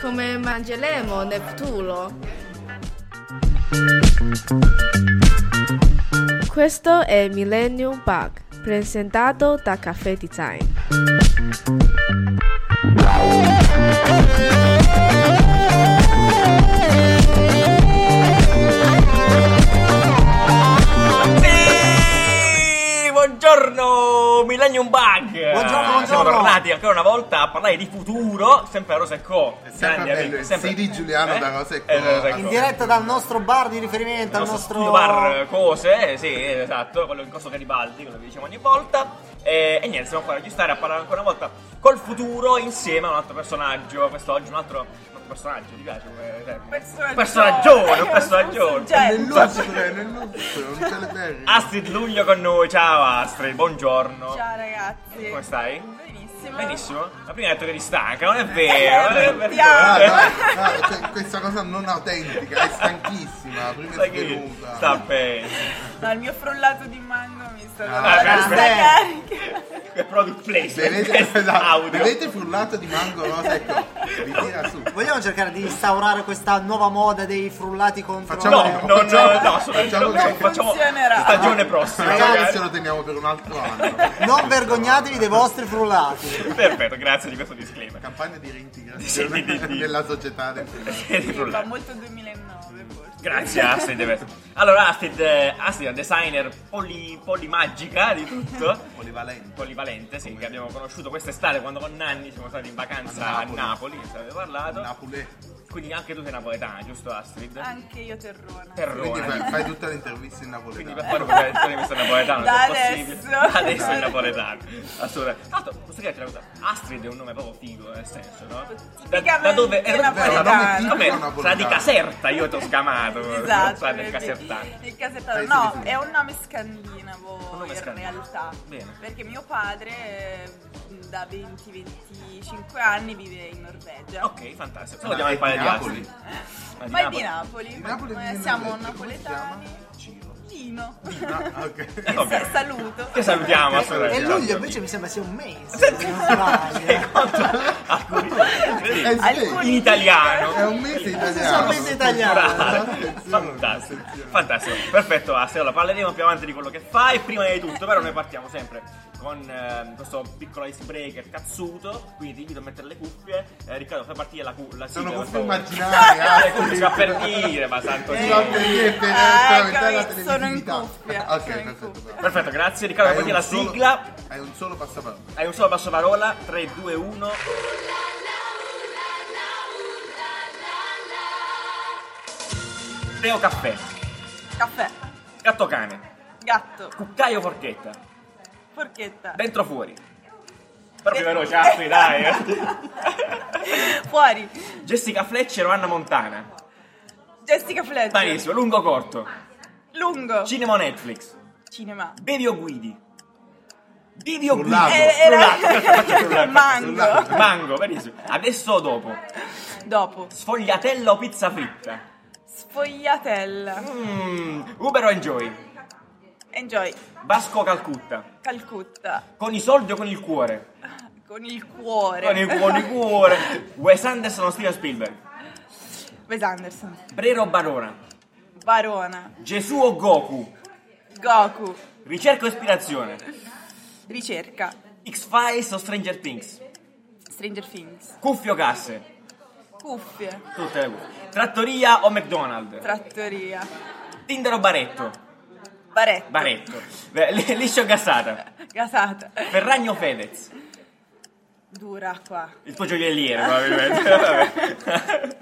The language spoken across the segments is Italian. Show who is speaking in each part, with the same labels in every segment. Speaker 1: Come mangeremo Neptuno? Questo è Millennium Bug, presentato da Caffè Design.
Speaker 2: Sì, buongiorno Millennium Bug.
Speaker 3: Buongiorno, buongiorno.
Speaker 2: Siamo tornati ancora una volta a parlare di futuro, sempre a Rose e Co.
Speaker 4: sempre bello, il sì di Giuliano da Rose
Speaker 2: Eh,
Speaker 4: e Co.
Speaker 3: In diretta dal nostro bar di riferimento,
Speaker 2: Al
Speaker 3: al nostro,
Speaker 2: studio bar cose, eh, sì, esatto, quello in corso Garibaldi, quello che diciamo ogni volta. E, e niente, siamo qua a registrare a parlare ancora una volta col futuro insieme a un altro personaggio. Quest'oggi un altro, un altro personaggio, ti piace come termine?
Speaker 5: Personaggione.
Speaker 2: Personaggione, un
Speaker 5: Un
Speaker 2: personaggione.
Speaker 5: soggetto.
Speaker 4: Nel lustro, nel lustro, non te le devi.
Speaker 2: Astrid Luglio con noi, ciao Astrid, buongiorno.
Speaker 5: Ciao ragazzi.
Speaker 2: Come stai?
Speaker 5: Benissimo.
Speaker 2: Benissimo, la prima ha detto che eri stanca, non è vero, non è
Speaker 5: Sentiamo.
Speaker 2: vero.
Speaker 4: Guarda, guarda, que- cioè, questa cosa non autentica, è stanchissima, prima
Speaker 2: Sai
Speaker 4: è
Speaker 2: che
Speaker 4: svenuta.
Speaker 2: sta bene.
Speaker 5: No, il mio frullato di mango mi sta dando
Speaker 4: Ah,
Speaker 5: la
Speaker 2: beh,
Speaker 5: carica.
Speaker 2: È product placement.
Speaker 4: Bevete,
Speaker 2: questo
Speaker 4: esatto,
Speaker 2: audio.
Speaker 4: bevete frullato di mango rosa e co. Vi tira su.
Speaker 3: Vogliamo cercare di instaurare questa nuova moda dei frullati contro
Speaker 4: Facciamo-
Speaker 2: No,
Speaker 3: le-
Speaker 2: no, no, no, no,
Speaker 4: Facciamo
Speaker 2: assolutamente no,
Speaker 4: che-
Speaker 2: facciamo
Speaker 5: funzionerà.
Speaker 2: stagione prossima.
Speaker 4: Diciamo che
Speaker 2: magari.
Speaker 4: se lo teniamo per un altro anno.
Speaker 3: Non vergognatevi dei vostri frullati.
Speaker 2: Perfetto, grazie di questo disclaimer.
Speaker 4: Campagna di
Speaker 2: Sì, di-
Speaker 4: reintegrazione
Speaker 2: di-
Speaker 4: della società del film.
Speaker 2: Siete frullati.
Speaker 5: Fa molto 2009 forse.
Speaker 2: Grazie ah, Astrid. per- Allora Astrid, eh, Astrid è una designer poli, polimagica di tutto.
Speaker 4: Polivalente.
Speaker 2: Polivalente, sì, che abbiamo conosciuto quest'estate quando con Nanni siamo stati in vacanza
Speaker 4: A
Speaker 2: a
Speaker 4: Napoli.
Speaker 2: Napoli, ne avete parlato.
Speaker 4: Napoli.
Speaker 2: Quindi anche tu sei napoletana, giusto Astrid?
Speaker 5: Anche io terrona.
Speaker 4: Quindi
Speaker 2: Terrone.
Speaker 4: fai, fai tutte le interviste in
Speaker 2: Quindi
Speaker 4: napoletano.
Speaker 2: per fare una proiezione questo è napoletano,
Speaker 5: Da
Speaker 2: se è
Speaker 5: adesso.
Speaker 2: possibile. Da adesso è napoletano. Assolutamente. Tra l'altro, posso dirti una cosa? Astrid è un nome proprio figo, nel senso, no? Da, da
Speaker 5: Tipicamente
Speaker 2: dove? È
Speaker 5: napoletano.
Speaker 4: Nome tipico
Speaker 2: Come? Sarà di
Speaker 4: napoletano.
Speaker 2: Caserta, io ti ho scamato.
Speaker 5: Esatto,
Speaker 2: Sarà del
Speaker 5: il-
Speaker 2: Casertano.
Speaker 5: il casertano.
Speaker 4: Eh, sì,
Speaker 5: No,
Speaker 4: sì, sì.
Speaker 5: è un nome scandinavo
Speaker 2: nome
Speaker 5: in
Speaker 2: scandinavo.
Speaker 5: realtà.
Speaker 2: Bene.
Speaker 5: Perché mio padre eh, da 20-25 anni vive in Norvegia.
Speaker 2: Ok, fantastico. Se
Speaker 4: Ma
Speaker 2: vogliamo
Speaker 4: è
Speaker 2: fare di
Speaker 4: Napoli.
Speaker 2: Astrid. Ma
Speaker 5: Ma è di Napoli.
Speaker 4: Di Napoli
Speaker 5: Eh,
Speaker 4: viene
Speaker 5: siamo
Speaker 4: Norvegia, come si
Speaker 5: napoletani.
Speaker 4: chiama? Ciro.
Speaker 5: Lino.
Speaker 4: Ah,
Speaker 2: Eh,
Speaker 4: ok.
Speaker 2: vabbè.
Speaker 5: Sa- saluto.
Speaker 2: Che salutiamo,
Speaker 3: E
Speaker 2: assolutamente.
Speaker 3: luglio invece mi sembra sia un mese. se non eh. sbaglio.
Speaker 2: Alcuni-
Speaker 4: Eh, sì.
Speaker 5: Alcuni-
Speaker 2: In italiano.
Speaker 4: È un mese
Speaker 3: Questo è un
Speaker 4: italiano.
Speaker 3: mese italiano.
Speaker 2: Fantastico,
Speaker 4: attenzione.
Speaker 2: fantastico. Perfetto, Astrid. Allora parleremo più avanti di quello che fai. Prima di tutto, però, noi partiamo sempre con ehm, questo piccolo icebreaker cazzuto. Quindi ti invito a mettere le cuffie. Eh, Riccardo, fai partire la, cu- la sigla.
Speaker 4: Sono
Speaker 2: per
Speaker 4: cuffie Eh.
Speaker 2: favore.
Speaker 4: immaginarie,
Speaker 2: Eh,
Speaker 4: ah,
Speaker 2: cuffie, si fa per dire, eh, ma santo
Speaker 4: si
Speaker 2: Dio.
Speaker 4: va per niente,
Speaker 5: Ah,
Speaker 4: per aumentare la
Speaker 5: ecco, sono in
Speaker 4: televisività.
Speaker 5: cuffia,
Speaker 4: Ok,
Speaker 5: sono in
Speaker 4: perfetto.
Speaker 5: cuffia.
Speaker 2: Perfetto, grazie. Riccardo, fai
Speaker 4: Hai
Speaker 2: partire
Speaker 4: un
Speaker 2: la
Speaker 4: solo-
Speaker 2: sigla.
Speaker 4: Hai un solo passaparola.
Speaker 2: Hai un solo passo parola. 3, 2, 1. Teo caffè,
Speaker 5: Caffè.
Speaker 2: gatto cane,
Speaker 5: Gatto.
Speaker 2: cuccaio forchetta,
Speaker 5: Forchetta.
Speaker 2: dentro o fuori. Però più
Speaker 5: De-
Speaker 2: veloce, Astrid, dai.
Speaker 5: Fuori.
Speaker 2: Jessica Fletcher o Anna Montana?
Speaker 5: Jessica Fletcher.
Speaker 2: Benissimo, lungo o corto?
Speaker 5: Lungo.
Speaker 2: Cinema o Netflix?
Speaker 5: Cinema.
Speaker 2: Bevi o guidi? Vivi o guidi?
Speaker 4: Frullato.
Speaker 5: Eh, era
Speaker 2: frullato.
Speaker 5: mango.
Speaker 2: Mango, benissimo. Adesso o dopo?
Speaker 5: Dopo.
Speaker 2: Sfogliatella o pizza fritta?
Speaker 5: Sfogliatella.
Speaker 2: Mmm, Uber o Enjoy?
Speaker 5: Enjoy.
Speaker 2: Vasco o Calcutta?
Speaker 5: Calcutta.
Speaker 2: Con i soldi o con il cuore?
Speaker 5: Con il cuore.
Speaker 2: Con il, con il cuore. Wes Anderson o Steven Spielberg?
Speaker 5: Wes Anderson.
Speaker 2: Brero o Barona?
Speaker 5: Barona.
Speaker 2: Gesù o Goku?
Speaker 5: Goku.
Speaker 2: Ricerca o ispirazione?
Speaker 5: Ricerca.
Speaker 2: X-Files o Stranger Things?
Speaker 5: Stranger Things.
Speaker 2: Cuffie o casse?
Speaker 5: Cuffie.
Speaker 2: Tutte le cuffie. Trattoria o McDonald's?
Speaker 5: Trattoria.
Speaker 2: Tinder o Baretto?
Speaker 5: Baretto.
Speaker 2: Baretto. Beh, li- Liscio o Gassata?
Speaker 5: Gasata.
Speaker 2: Ferragno o Fedez?
Speaker 5: Dura qua.
Speaker 2: Il tuo gioielliere, probabilmente. Vabbè.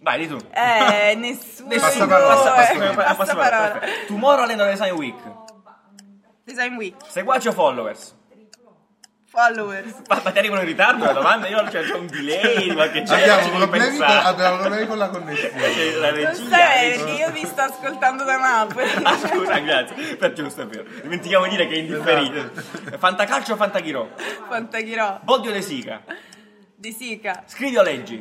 Speaker 2: Vai, di tu.
Speaker 5: Eh, nessuno.
Speaker 4: Passa parola,
Speaker 2: Passa-
Speaker 4: passa-
Speaker 5: eh,
Speaker 2: passa-
Speaker 5: passa
Speaker 2: passa
Speaker 5: parola.
Speaker 2: parola, perfetto. Tomorrowland o Design Week?
Speaker 5: Design Week.
Speaker 2: Seguaci o followers?
Speaker 5: Followers.
Speaker 2: Ma, ma ti arrivano in ritardo la domanda? Io non c'è c'è un delay, ma che c'è?
Speaker 4: Abbiamo
Speaker 2: Ci devi
Speaker 4: problemi, con,
Speaker 2: pensare.
Speaker 4: abbiamo problemi con la connessione.
Speaker 2: C'è La
Speaker 5: Non
Speaker 2: regia.
Speaker 5: sai perché io vi sto ascoltando da Napoli.
Speaker 2: Ah, scusa, grazie. Per giusto, è vero. Dimentichiamo di dire che è indifferito. Fantacalcio o Fantaghirò?
Speaker 5: Fantaghirò.
Speaker 2: Bodio De Sica.
Speaker 5: Di Sica.
Speaker 2: Scrivi o leggi?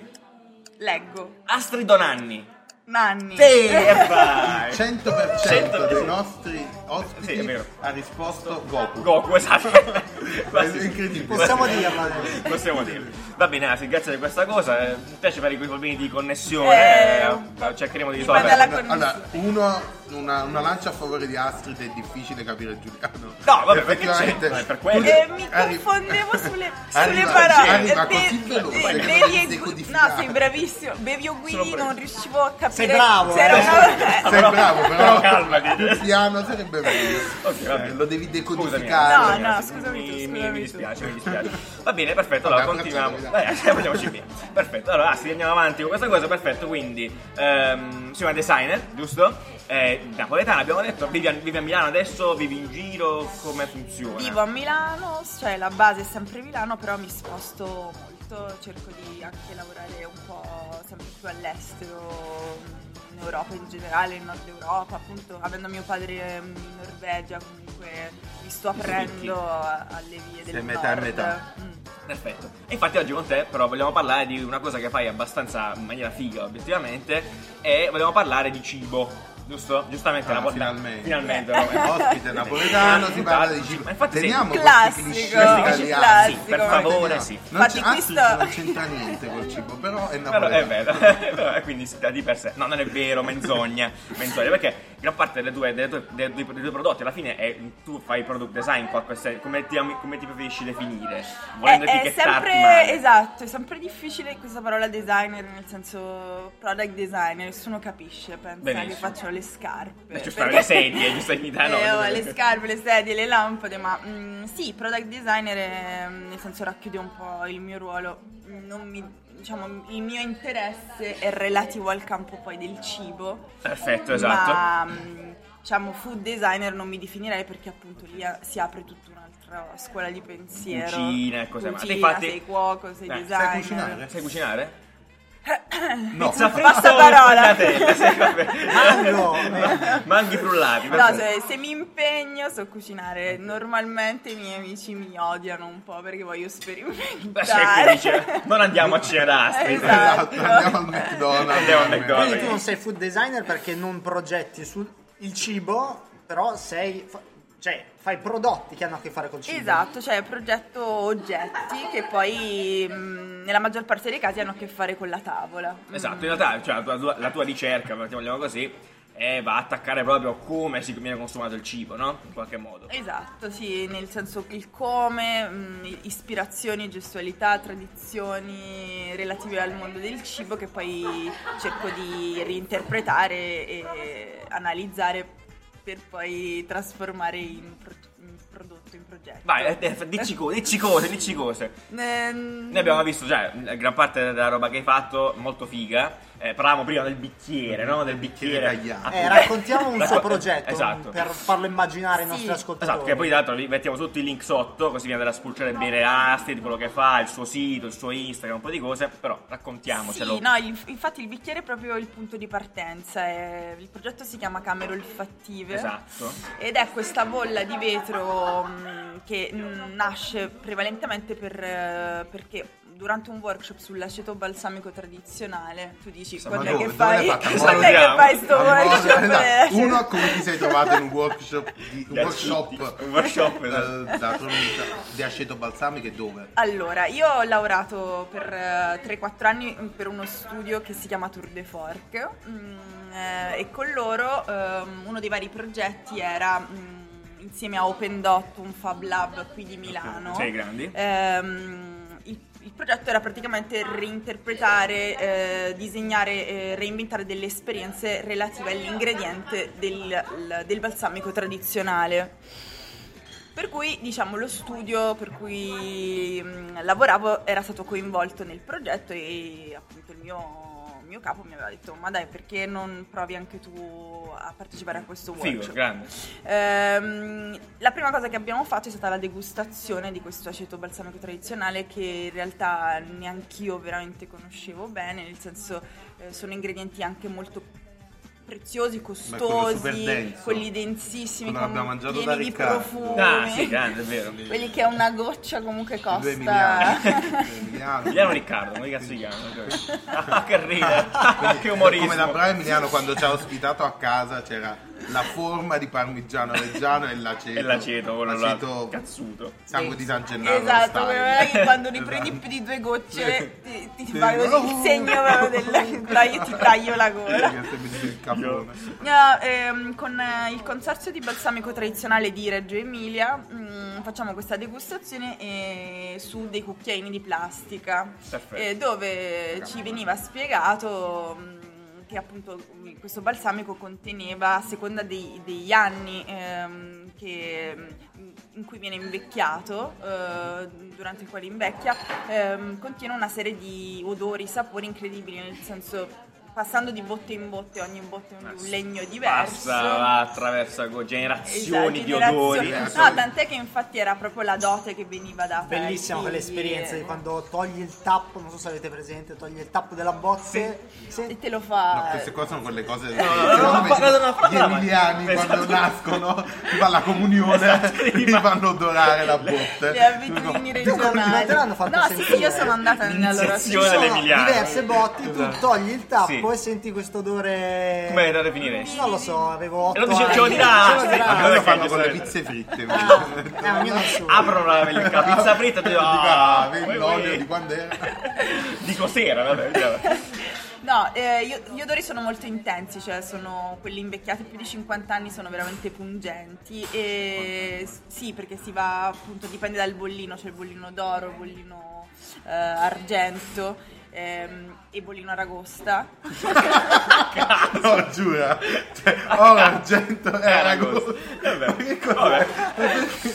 Speaker 5: Leggo.
Speaker 2: Astrid Donanni.
Speaker 5: Nanni.
Speaker 2: Sì, e vai.
Speaker 4: 100% dei nostri ospiti
Speaker 2: Sì, è vero.
Speaker 4: ha risposto Goku.
Speaker 2: Goku, esatto.
Speaker 4: È incredibile.
Speaker 3: Possiamo dirlo adesso.
Speaker 2: Possiamo dirlo. Va bene, Asi, grazie di questa cosa. eh, Mi piace fare quei problemi di connessione.
Speaker 5: Eh,
Speaker 2: eh,
Speaker 5: un po'.
Speaker 2: cercheremo di
Speaker 5: Dipende
Speaker 2: risolvere.
Speaker 5: dalla-
Speaker 4: Allora, uno, una, una lancia a favore di Astrid è difficile capire Giuliano.
Speaker 2: No, vabbè, perché
Speaker 4: Effettivamente-
Speaker 2: c'è- no, è per quello.
Speaker 5: Eh, mi
Speaker 4: Arri-
Speaker 5: confondevo sulle, sulle
Speaker 4: Arriva-
Speaker 5: parole.
Speaker 4: arriva
Speaker 5: Eh,
Speaker 4: così
Speaker 5: be-
Speaker 4: veloce
Speaker 5: eh,
Speaker 4: che
Speaker 5: bevi
Speaker 4: non
Speaker 5: e
Speaker 4: si
Speaker 5: gu-
Speaker 4: decodifica.
Speaker 5: no, sei bravissimo. Bevi o guidi,
Speaker 2: bravo.
Speaker 5: non riuscivo a capire.
Speaker 3: Sei bravo,
Speaker 5: se era
Speaker 3: eh.
Speaker 5: una-
Speaker 4: Sei bravo, però,
Speaker 2: Però calmati.
Speaker 4: più piano sarebbe meglio.
Speaker 2: Ok, va bene.
Speaker 4: Lo devi
Speaker 2: Scusami, eh.
Speaker 4: decodificare.
Speaker 5: No, no,
Speaker 2: ragazzi,
Speaker 5: scusami tu,
Speaker 2: mi, mi-
Speaker 5: scusami
Speaker 2: mi
Speaker 5: tu.
Speaker 2: dispiace, mi dispiace. Va bene, perfetto, allora
Speaker 4: Vabbè,
Speaker 2: continuiamo.
Speaker 4: abbracciamoci,
Speaker 2: Dai, andiamoci via. Perfetto, allora sì, andiamo avanti con questa cosa, perfetto, quindi ehm, sei una designer, giusto? Eh, napoletana, abbiamo detto, vivi a, vivi a Milano adesso, vivi in giro, come funziona?
Speaker 5: Vivo a Milano, cioè la base è sempre Milano, però mi sposto molto, cerco di anche lavorare un po' sempre più all'estero, in Europa in generale, in Nord Europa, appunto avendo mio padre in Norvegia comunque mi sto aprendo a- alle vie del
Speaker 4: Sei metà e
Speaker 5: nord.
Speaker 4: metà.
Speaker 5: Mm.
Speaker 2: Perfetto. E infatti oggi con te però vogliamo parlare di una cosa che fai abbastanza in maniera figa, obiettivamente, e vogliamo parlare di cibo. Giusto? Giustamente
Speaker 4: Ah,
Speaker 2: la
Speaker 4: finalmente.
Speaker 2: Finalmente. Esatto.
Speaker 4: Come ospite napoletano si parla di cibo.
Speaker 2: Ma infatti sì.
Speaker 4: Teniamo questi
Speaker 5: Classico,
Speaker 4: cliché italiani.
Speaker 5: classico, classico.
Speaker 2: Sì, per favore, sì.
Speaker 4: Non,
Speaker 5: Infatti
Speaker 4: c'è,
Speaker 5: questo-
Speaker 4: Astrid non c'entra niente col cibo, però è
Speaker 2: Però
Speaker 4: napoletano.
Speaker 2: è vero, Però, eh, quindi sta di per sé. No, non è vero, menzogna. menzogna, perché gran parte delle tue- delle tue- dei, dei- dei tuoi prodotti alla fine è, tu fai product design, qua, questa- come, ti, ami- come ti preferisci definire? Volendo
Speaker 5: Eh, è, è
Speaker 2: etichettarti
Speaker 5: sempre
Speaker 2: male.
Speaker 5: esatto, è sempre difficile questa parola designer, nel senso product designer, nessuno capisce, pensa
Speaker 2: Benissimo.
Speaker 5: che facciano le scarpe.
Speaker 2: Eh, ci stanno
Speaker 5: perché-
Speaker 2: le sedie, giusto, in Italia,
Speaker 5: Eh,
Speaker 2: no?
Speaker 5: oh, le scarpe, le sedie, le lampade, ma mm, sì, product designer è, mm, nel senso racchiude un po' il mio ruolo, non mi- diciamo, il mio interesse è relativo al campo poi del cibo.
Speaker 2: Perfetto, esatto.
Speaker 5: Ma mh, diciamo food designer non mi definirei perché appunto lì a- si apre tutta un'altra scuola di pensiero.
Speaker 2: Cucina e cose
Speaker 5: Cucina,
Speaker 2: varie. Infatti-
Speaker 5: sei cuoco, sei
Speaker 2: Eh, sai
Speaker 5: designer.
Speaker 4: cucinare?
Speaker 2: Sai cucinare?
Speaker 4: No,
Speaker 2: Pizza
Speaker 5: Basta
Speaker 2: fritta o
Speaker 5: parola.
Speaker 2: tagliatelle? Sì, vabbè.
Speaker 3: Mango!
Speaker 2: Manghi frullati.
Speaker 5: No,
Speaker 2: perfetto.
Speaker 5: se, se mi impegno so cucinare. Normalmente i miei amici mi odiano un po' perché voglio
Speaker 2: Beh, c'è chi
Speaker 5: sperimentare.
Speaker 2: dice, non andiamo a cena da Astrid.
Speaker 5: Esatto.
Speaker 4: andiamo al McDonald's.
Speaker 2: Andiamo al McDonald's.
Speaker 3: Quindi tu non sei food designer perché non progetti sul il cibo, però sei. fa- cioè, fai prodotti che hanno a che fare col cibo.
Speaker 5: Esatto, cioè progetto oggetti che poi mh, nella maggior parte dei casi hanno a che fare con la tavola. Mm.
Speaker 2: Esatto, in realtà cioè, la, tua, la tua ricerca, mettiamola così, eh, va a attaccare proprio come si viene consumato il cibo, no? In qualche modo.
Speaker 5: Esatto, sì, nel senso che il come, mh, ispirazioni, gestualità, tradizioni relative al mondo del cibo che poi cerco di reinterpretare e analizzare per poi trasformare in, pro- in prodotto, in progetto.
Speaker 2: Vai, eh, eh, dici, co- dici cose, dici cose.
Speaker 5: Ehm,
Speaker 2: Noi abbiamo visto già eh, gran parte della roba che hai fatto, molto figa. Eh, parlavamo prima del bicchiere, no? Del bicchiere
Speaker 4: tagliato.
Speaker 2: a
Speaker 3: Eh,
Speaker 2: cui-
Speaker 3: raccontiamo un suo
Speaker 2: Racco-
Speaker 3: progetto
Speaker 2: Esatto.
Speaker 3: per farlo immaginare ai nostri
Speaker 5: Sì.
Speaker 3: ascoltatori.
Speaker 2: Esatto, che poi tra l'altro vi mettiamo tutti i link sotto, così viene da spulciare bene Astrid, quello che fa, il suo sito, il suo Instagram, un po' di cose, però raccontiamocelo.
Speaker 5: Sì, no, il- infatti il bicchiere è proprio il punto di partenza. eh, il progetto si chiama Camere
Speaker 3: eh.
Speaker 5: Olfattive.
Speaker 2: Esatto.
Speaker 5: Ed è questa bolla di vetro mh, che mh, nasce prevalentemente per, eh, perché durante un workshop sull'aceto balsamico tradizionale tu dici
Speaker 2: Sì,
Speaker 5: quando
Speaker 4: ma
Speaker 5: è che
Speaker 4: dove- dove
Speaker 5: fai,
Speaker 4: l'hai fatta?
Speaker 5: quando è che
Speaker 2: Salutiamo.
Speaker 5: fai sto
Speaker 4: Allora,
Speaker 5: workshop?
Speaker 4: esatto. Uno, come ti sei trovato in un workshop di, un
Speaker 2: Di
Speaker 4: workshop,
Speaker 2: aceto. Un workshop, esatto.
Speaker 4: da, da pronuncia di aceto balsamico e dove?
Speaker 5: Allora, io ho lavorato per eh, 3-4 anni per uno studio che si chiama Tour de Fork mm, eh, e con loro ehm, uno dei vari progetti era mm, insieme a Open Dot, un Fab Lab qui di Milano.
Speaker 2: Sei grandi.
Speaker 5: Ehm, il, il progetto era praticamente reinterpretare, eh, disegnare, eh, reinventare delle esperienze relative all'ingrediente del, l- del balsamico tradizionale. Per cui, diciamo, lo studio per cui mh, lavoravo era stato coinvolto nel progetto e appunto il mio, mio capo mi aveva detto ma dai perché non provi anche tu a partecipare a questo workshop?
Speaker 2: Figo, grande.
Speaker 5: Ehm, la prima cosa che abbiamo fatto è stata la degustazione di questo aceto balsamico tradizionale che in realtà neanch'io veramente conoscevo bene, nel senso eh, sono ingredienti anche molto preziosi,
Speaker 4: super
Speaker 5: costosi,
Speaker 4: denso.
Speaker 5: quelli densissimi,
Speaker 4: Quello l'abbiamo
Speaker 5: con
Speaker 4: mangiato
Speaker 5: pieni
Speaker 4: da
Speaker 5: di
Speaker 4: Riccardo.
Speaker 5: profumi.
Speaker 2: Ah, sì, grande, è vero.
Speaker 5: Quelli che una goccia comunque
Speaker 4: I Due Emiliano.
Speaker 5: costa.
Speaker 4: Due Emiliano.
Speaker 2: Emiliano Riccardo, come cazzo si chiama? Ah, che ride,
Speaker 4: Quindi,
Speaker 2: che
Speaker 4: Come
Speaker 2: umorismo.
Speaker 4: la brava Emiliano quando ci ha ospitato a casa c'era la forma di parmigiano reggiano e l'aceto.
Speaker 2: E l'aceto, quello là,
Speaker 4: L'aceto
Speaker 2: cazzuto.
Speaker 4: Sangue di San Gennaro.
Speaker 5: Esatto,
Speaker 4: style.
Speaker 5: quello che quando ne
Speaker 4: Esatto.
Speaker 5: prendi più di due gocce ti, ti
Speaker 4: Sì.
Speaker 5: fai così il segno proprio del taglio, ti taglio la gola.
Speaker 4: Sì, che sembri il capone.
Speaker 5: No, ehm, con eh, il consorzio di balsamico tradizionale di Reggio Emilia mm, facciamo questa degustazione eh, su dei cucchiaini di plastica
Speaker 2: Perfetto.
Speaker 5: eh, dove ci veniva spiegato mm, che appunto mm, questo balsamico conteneva a seconda dei- degli anni ehm, che, mm, in cui viene invecchiato, eh, durante i quali invecchia, ehm, contiene una serie di odori, sapori incredibili, nel senso passando di botte in botte, ogni botte è un
Speaker 2: Sì.
Speaker 5: legno diverso.
Speaker 2: Passa, attraversa go- generazioni
Speaker 5: Esatto,
Speaker 2: di
Speaker 5: generazioni.
Speaker 2: odori.
Speaker 4: eh,
Speaker 5: No,
Speaker 4: sono-
Speaker 5: tant'è che infatti era proprio la dote che veniva data.
Speaker 3: Bellissima
Speaker 5: ai figli,
Speaker 3: quell'esperienza di
Speaker 5: eh,
Speaker 3: quando togli il tappo, non so se avete presente, togli il tappo della bozze.
Speaker 5: E
Speaker 3: Sì.
Speaker 5: te lo fa.
Speaker 4: No, queste qua sono quelle cose
Speaker 2: no, no, no, no, no, no,
Speaker 4: gli
Speaker 2: no, no,
Speaker 4: emiliani
Speaker 2: esatto.
Speaker 4: quando nascono ti fa la comunione
Speaker 2: Esatto,
Speaker 4: ti
Speaker 2: fa-
Speaker 4: fanno odorare la
Speaker 2: le-
Speaker 4: botte
Speaker 5: le abitudini
Speaker 3: Tu come
Speaker 5: regionali.
Speaker 3: te l'hanno fatto
Speaker 5: no, sì,
Speaker 3: sentire?
Speaker 5: io sono andata nella loro
Speaker 2: L'iniziazione.
Speaker 5: sì,
Speaker 3: Ci sono
Speaker 2: dell'Emiliano.
Speaker 3: diverse botti, tu
Speaker 2: Esatto.
Speaker 3: togli il tappo
Speaker 2: Sì.
Speaker 3: e senti questo odore.
Speaker 2: Come era da definire?
Speaker 3: Non lo so, avevo
Speaker 2: E
Speaker 3: 8
Speaker 2: lo dice-
Speaker 3: anni.
Speaker 2: ce lo dirà.
Speaker 3: Ce lo
Speaker 2: Sì,
Speaker 3: dirà.
Speaker 4: allora
Speaker 2: Perché
Speaker 4: fanno
Speaker 2: gli
Speaker 4: con le
Speaker 2: serve?
Speaker 4: pizze fritte
Speaker 3: Eh, ognuno ha il suo.
Speaker 2: Aprono la la pizza fritta e ti dico,
Speaker 4: dico ah
Speaker 2: ah,
Speaker 4: vedi
Speaker 2: uè,
Speaker 4: l'olio
Speaker 2: uè.
Speaker 4: di quando era
Speaker 2: di cos'era, vabbè, vediamo.
Speaker 5: No, eh, gli, gli odori sono molto intensi, cioè sono quelli invecchiati più di 50 anni sono veramente pungenti e sì, perché si va appunto dipende dal bollino, c'è il bollino d'oro, il bollino eh, argento ehm, e il bollino aragosta.
Speaker 4: no giura cioè oro argento e aragosto
Speaker 2: Vabbè.
Speaker 4: Ma che cosa
Speaker 2: Vabbè.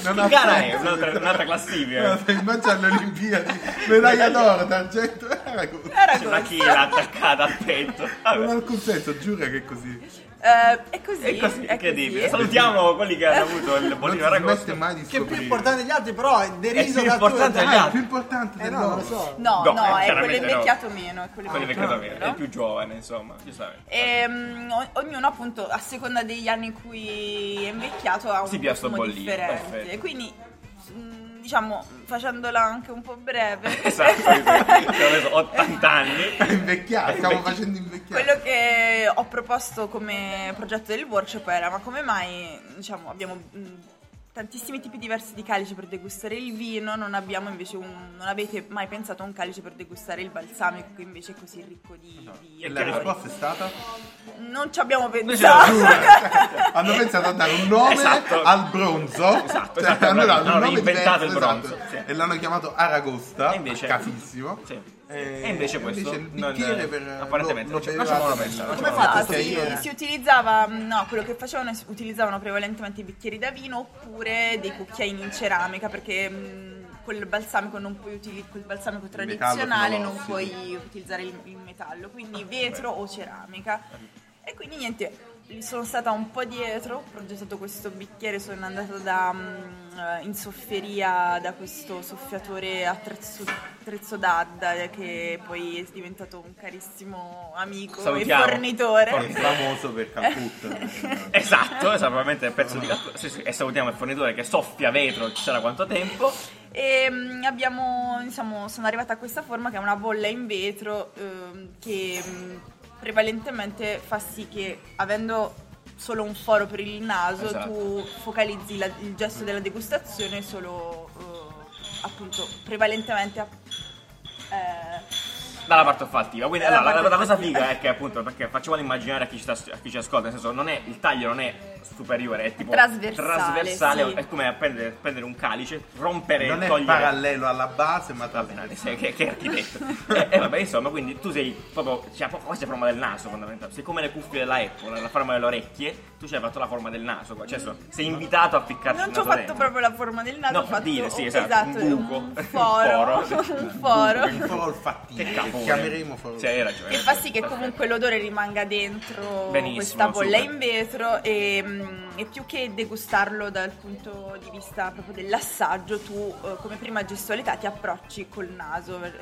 Speaker 4: non
Speaker 2: Che gara è?
Speaker 4: senso.
Speaker 2: Un'altra, un'altra classifica.
Speaker 4: No, immagina alle Olimpiadi medaglia d'oro d'argento e aragosto
Speaker 2: C'è una
Speaker 5: Aragosta.
Speaker 2: chila attaccata al petto.
Speaker 4: non ha
Speaker 2: Vabbè.
Speaker 4: alcun senso giura che è così
Speaker 5: Eh, è così,
Speaker 2: E così,
Speaker 5: è
Speaker 2: incredibile.
Speaker 5: così.
Speaker 2: Salutiamo quelli che hanno avuto il
Speaker 4: non si
Speaker 2: bollino
Speaker 4: smette
Speaker 2: aragosto.
Speaker 4: mai di
Speaker 3: Che è più
Speaker 4: scoprire
Speaker 3: importante degli altri, però è deriso
Speaker 2: È più
Speaker 3: da
Speaker 2: importante
Speaker 3: tutti.
Speaker 2: degli
Speaker 4: ah è
Speaker 2: altri.
Speaker 4: più importante
Speaker 3: Eh
Speaker 4: del
Speaker 3: no, non lo
Speaker 4: loro.
Speaker 3: so.
Speaker 5: No,
Speaker 2: No, eh,
Speaker 5: no, è quello
Speaker 2: chiaramente no.
Speaker 5: invecchiato meno, è quello
Speaker 2: Quelli
Speaker 5: invecchiato
Speaker 2: vecchiatamente, è
Speaker 5: meno.
Speaker 2: il più giovane, insomma, giustamente.
Speaker 5: E, mm, o- ognuno appunto a seconda degli anni in cui è invecchiato ha un
Speaker 2: Si piazza
Speaker 5: profumo
Speaker 2: un bollino,
Speaker 5: differente.
Speaker 2: perfetto.
Speaker 5: Quindi mm, diciamo facendola anche un po' breve,
Speaker 2: Esatto, sì, sì. Abbiamo preso 80 anni.
Speaker 4: È invecchiato, stiamo facendo invecchiare.
Speaker 5: quello che ho proposto come progetto del workshop era ma come mai diciamo abbiamo mm, tantissimi tipi diversi di calici per degustare il vino, non abbiamo invece un- non avete mai pensato a un calice per degustare il balsamico che invece è così ricco di, di
Speaker 4: E la
Speaker 5: odori?
Speaker 4: risposta è stata?
Speaker 5: Non ci abbiamo
Speaker 2: Noi ce l'abbiamo
Speaker 5: pensato.
Speaker 4: Hanno pensato a dare un nome
Speaker 2: Esatto.
Speaker 4: al bronzo.
Speaker 2: Esatto,
Speaker 4: Cioè,
Speaker 2: esatto,
Speaker 4: hanno dato
Speaker 2: no,
Speaker 4: un
Speaker 2: hanno
Speaker 4: nome
Speaker 2: inventato
Speaker 4: diverso,
Speaker 2: il bronzo,
Speaker 4: esatto,
Speaker 2: sì.
Speaker 4: E l'hanno chiamato Aragosta.
Speaker 2: E invece-
Speaker 4: Casissimo.
Speaker 2: Sì. E invece questo
Speaker 4: invece il
Speaker 2: non- eh,
Speaker 4: bicchiere per.
Speaker 2: apparentemente
Speaker 4: lo-
Speaker 2: non c'è-
Speaker 4: lo
Speaker 2: non c'è
Speaker 4: bevate
Speaker 2: monopolio.
Speaker 4: nella-
Speaker 3: Come
Speaker 4: no,
Speaker 3: fate a
Speaker 5: Ah,
Speaker 4: no,
Speaker 3: tutti
Speaker 5: sì,
Speaker 3: i
Speaker 4: bicchiere.
Speaker 3: ieri.
Speaker 5: si utilizzava, no, quello che facevano è- utilizzavano prevalentemente i bicchieri da vino oppure dei cucchiaini in ceramica perché mh, col balsamico non puoi utili- col balsamico
Speaker 4: metallo
Speaker 5: tradizionale
Speaker 4: fino
Speaker 5: non
Speaker 4: all'ossido.
Speaker 5: puoi utilizzare il, il metallo, quindi vetro o ceramica. E quindi niente, gli sono stata un po' dietro, ho progettato questo bicchiere, sono andata da, mh, eh, in sofferia da questo soffiatore a Trezzo, Trezzo Dadda eh, che poi è diventato un carissimo amico
Speaker 2: Salutiamo.
Speaker 5: e fornitore.
Speaker 4: È famoso per Calcutta.
Speaker 2: Esatto, esatto, probabilmente è il pezzo di
Speaker 5: Ah.
Speaker 2: cattura. Sì, sì, e salutiamo il fornitore che soffia vetro chissà da quanto tempo.
Speaker 5: E mm, abbiamo, diciamo, sono arrivata a questa forma che è una bolla in vetro ehm, che mm, prevalentemente fa sì che avendo solo un foro per il naso
Speaker 2: Esatto.
Speaker 5: tu focalizzi la- il gesto della degustazione solo eh, appunto prevalentemente a- eh,
Speaker 2: Dalla parte olfattiva. Quindi
Speaker 5: Dalla
Speaker 2: allora, la,
Speaker 5: parte
Speaker 2: la cosa
Speaker 5: olfattiva.
Speaker 2: figa è che appunto perché facciamo immaginare a chi, ci sta- a chi ci ascolta, nel senso non è, il taglio non è superiore, è tipo
Speaker 5: Trasversale,
Speaker 2: trasversale,
Speaker 5: sì.
Speaker 2: è come prendere, prendere un calice, rompere
Speaker 4: Eh, Non
Speaker 2: e
Speaker 4: è
Speaker 2: togliere.
Speaker 4: parallelo alla base, ma tra
Speaker 2: Vabbè, no, sei- che, che architetto. e, e vabbè, insomma, quindi tu sei proprio. Cioè, proprio questa è la forma del naso, fondamentalmente. Sei come le cuffie della Apple, la forma delle orecchie, tu ci hai fatto la forma del naso. qua. Cioè, so- sei invitato a ficcarti
Speaker 5: non
Speaker 2: il
Speaker 5: ci ho
Speaker 2: naso
Speaker 5: fatto
Speaker 2: dentro.
Speaker 5: proprio la forma del naso
Speaker 2: No,
Speaker 5: ho
Speaker 2: per
Speaker 5: fatto
Speaker 2: dire, sì,
Speaker 5: un-
Speaker 2: esatto, un buco,
Speaker 5: un
Speaker 2: un
Speaker 5: foro
Speaker 2: foro.
Speaker 5: un foro
Speaker 4: Un foro olfattivo.
Speaker 2: Che
Speaker 4: Che
Speaker 2: cavolo.
Speaker 4: chiameremo foro
Speaker 2: Sì, eh. hai ragione.
Speaker 5: Che
Speaker 2: hai
Speaker 5: fa sì
Speaker 2: ragione,
Speaker 5: che
Speaker 2: perfetto.
Speaker 5: comunque l'odore rimanga dentro
Speaker 2: Benissimo,
Speaker 5: questa bolla
Speaker 2: super.
Speaker 5: in vetro e, mm, e più che degustarlo dal punto di vista proprio dell'assaggio, tu eh, come prima gestualità ti approcci col naso eh,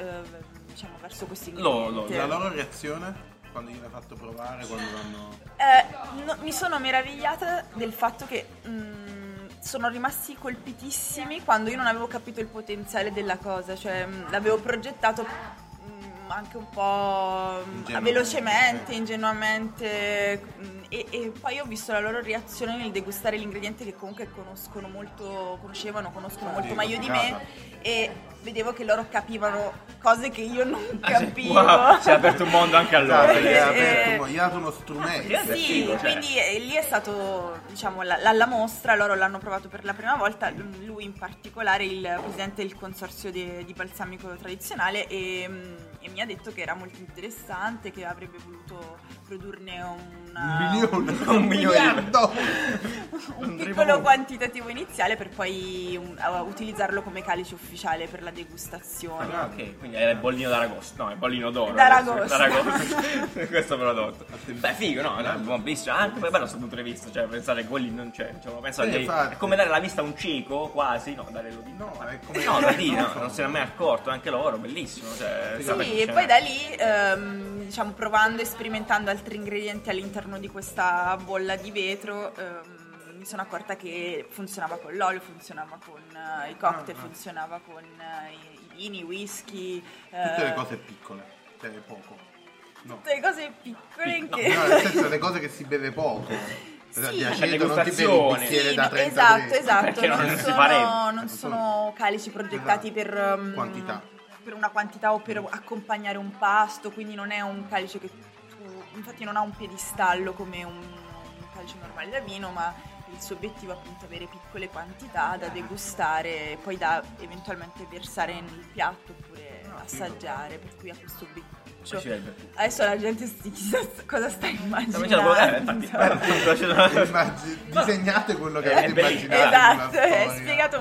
Speaker 5: diciamo verso questi
Speaker 2: Lo- lo-
Speaker 5: ingredienti.
Speaker 4: La loro reazione quando gliel'hai fatto provare, quando l'hanno.
Speaker 5: Eh, no, mi sono meravigliata del fatto che mm, sono rimasti colpitissimi quando io non avevo capito il potenziale della cosa, cioè mm, l'avevo progettato mm, ma anche un po' mm,
Speaker 4: Ingenuamente.
Speaker 5: velocemente, ingenuamente. mm, E, e poi ho visto la loro reazione nel degustare l'ingrediente che comunque conoscono molto, conoscevano, conoscono
Speaker 4: Ah,
Speaker 5: molto
Speaker 4: sì,
Speaker 5: meglio di
Speaker 4: figata.
Speaker 5: me e vedevo che loro capivano cose che io non
Speaker 2: Ah, sì.
Speaker 5: capivo.
Speaker 2: Wow, si è aperto un mondo anche a loro.
Speaker 4: Esatto, gli
Speaker 5: Eh,
Speaker 4: ha
Speaker 5: eh.
Speaker 4: aperto- gli ha dato uno strumento.
Speaker 5: Sì,
Speaker 2: Cioè.
Speaker 5: quindi eh, lì è stato diciamo la- la- la mostra, loro l'hanno provato per la prima volta, l- lui in particolare il presidente del consorzio de- di balsamico tradizionale e, mm, e mi ha detto che era molto interessante, che avrebbe voluto produrne una-
Speaker 4: Un milione,
Speaker 2: Un
Speaker 4: un
Speaker 2: miliardo.
Speaker 4: miliardo.
Speaker 5: un
Speaker 2: Andremo
Speaker 5: piccolo
Speaker 2: oltre.
Speaker 5: quantitativo iniziale per poi um, a- utilizzarlo come calice ufficiale per la degustazione.
Speaker 2: Ah, ok, quindi è il bollino d'aragosto, no, è il bollino d'oro.
Speaker 5: D'aragosto.
Speaker 2: D'aragosto. Questo prodotto. Beh, figo, no? no, buon visto. Anche poi bello sul punto di vista, cioè pensare che quelli non c'è. Cioè, penso
Speaker 4: Sì,
Speaker 2: che-
Speaker 4: infatti.
Speaker 2: è come dare la vista a un cieco, quasi, no, dare l'udito.
Speaker 4: No, è come-
Speaker 2: No, da dire,
Speaker 4: non
Speaker 2: no,
Speaker 4: so.
Speaker 2: non se ne è mai accorto, anche loro, bellissimo. Cioè,
Speaker 5: Sì,
Speaker 2: sapete che
Speaker 5: e
Speaker 2: c'è-
Speaker 5: poi da lì, ehm, diciamo, provando e sperimentando altri ingredienti all'interno di questa bolla di vetro, ehm, mi sono accorta che funzionava con l'olio, funzionava con eh, i
Speaker 4: Ah,
Speaker 5: cocktail, funzionava con eh, i- i vini, i whisky.
Speaker 4: Tutte le
Speaker 5: eh,
Speaker 4: cose piccole, cioè poco. No.
Speaker 5: Tutte le cose piccole
Speaker 2: Pic- no,
Speaker 5: che...
Speaker 4: No, nel senso le cose che si beve poco. Di
Speaker 5: Sì.
Speaker 2: Per
Speaker 4: aceto non ti bevi il
Speaker 2: degustazione.
Speaker 4: bicchiere
Speaker 5: Sì,
Speaker 4: da
Speaker 5: no,
Speaker 4: 33.
Speaker 5: esatto, esatto,
Speaker 2: Perché
Speaker 5: non,
Speaker 2: non si
Speaker 5: sono,
Speaker 2: farebbe.
Speaker 5: non sono calici progettati per, ehm,
Speaker 4: Quantità.
Speaker 5: per una quantità o per accompagnare un pasto, quindi non è un calice che tu, infatti non ha un piedistallo come un, un calice normale da vino, ma il suo obiettivo è appunto avere piccole quantità da degustare e poi da eventualmente versare nel piatto oppure assaggiare, per cui ha questo
Speaker 2: Ci
Speaker 5: obiettivo. Cioè,
Speaker 2: sarebbe più.
Speaker 5: Adesso la gente si chissà cosa sta
Speaker 2: Stiamo
Speaker 5: immaginando. Esatto.
Speaker 2: dicendo, eh, infatti, appunto, c'è-
Speaker 4: Immagini- disegnate quello che
Speaker 2: Eh,
Speaker 4: avete
Speaker 2: beh,
Speaker 4: immaginato. sulla
Speaker 5: Esatto, è
Speaker 4: storia.
Speaker 5: spiegato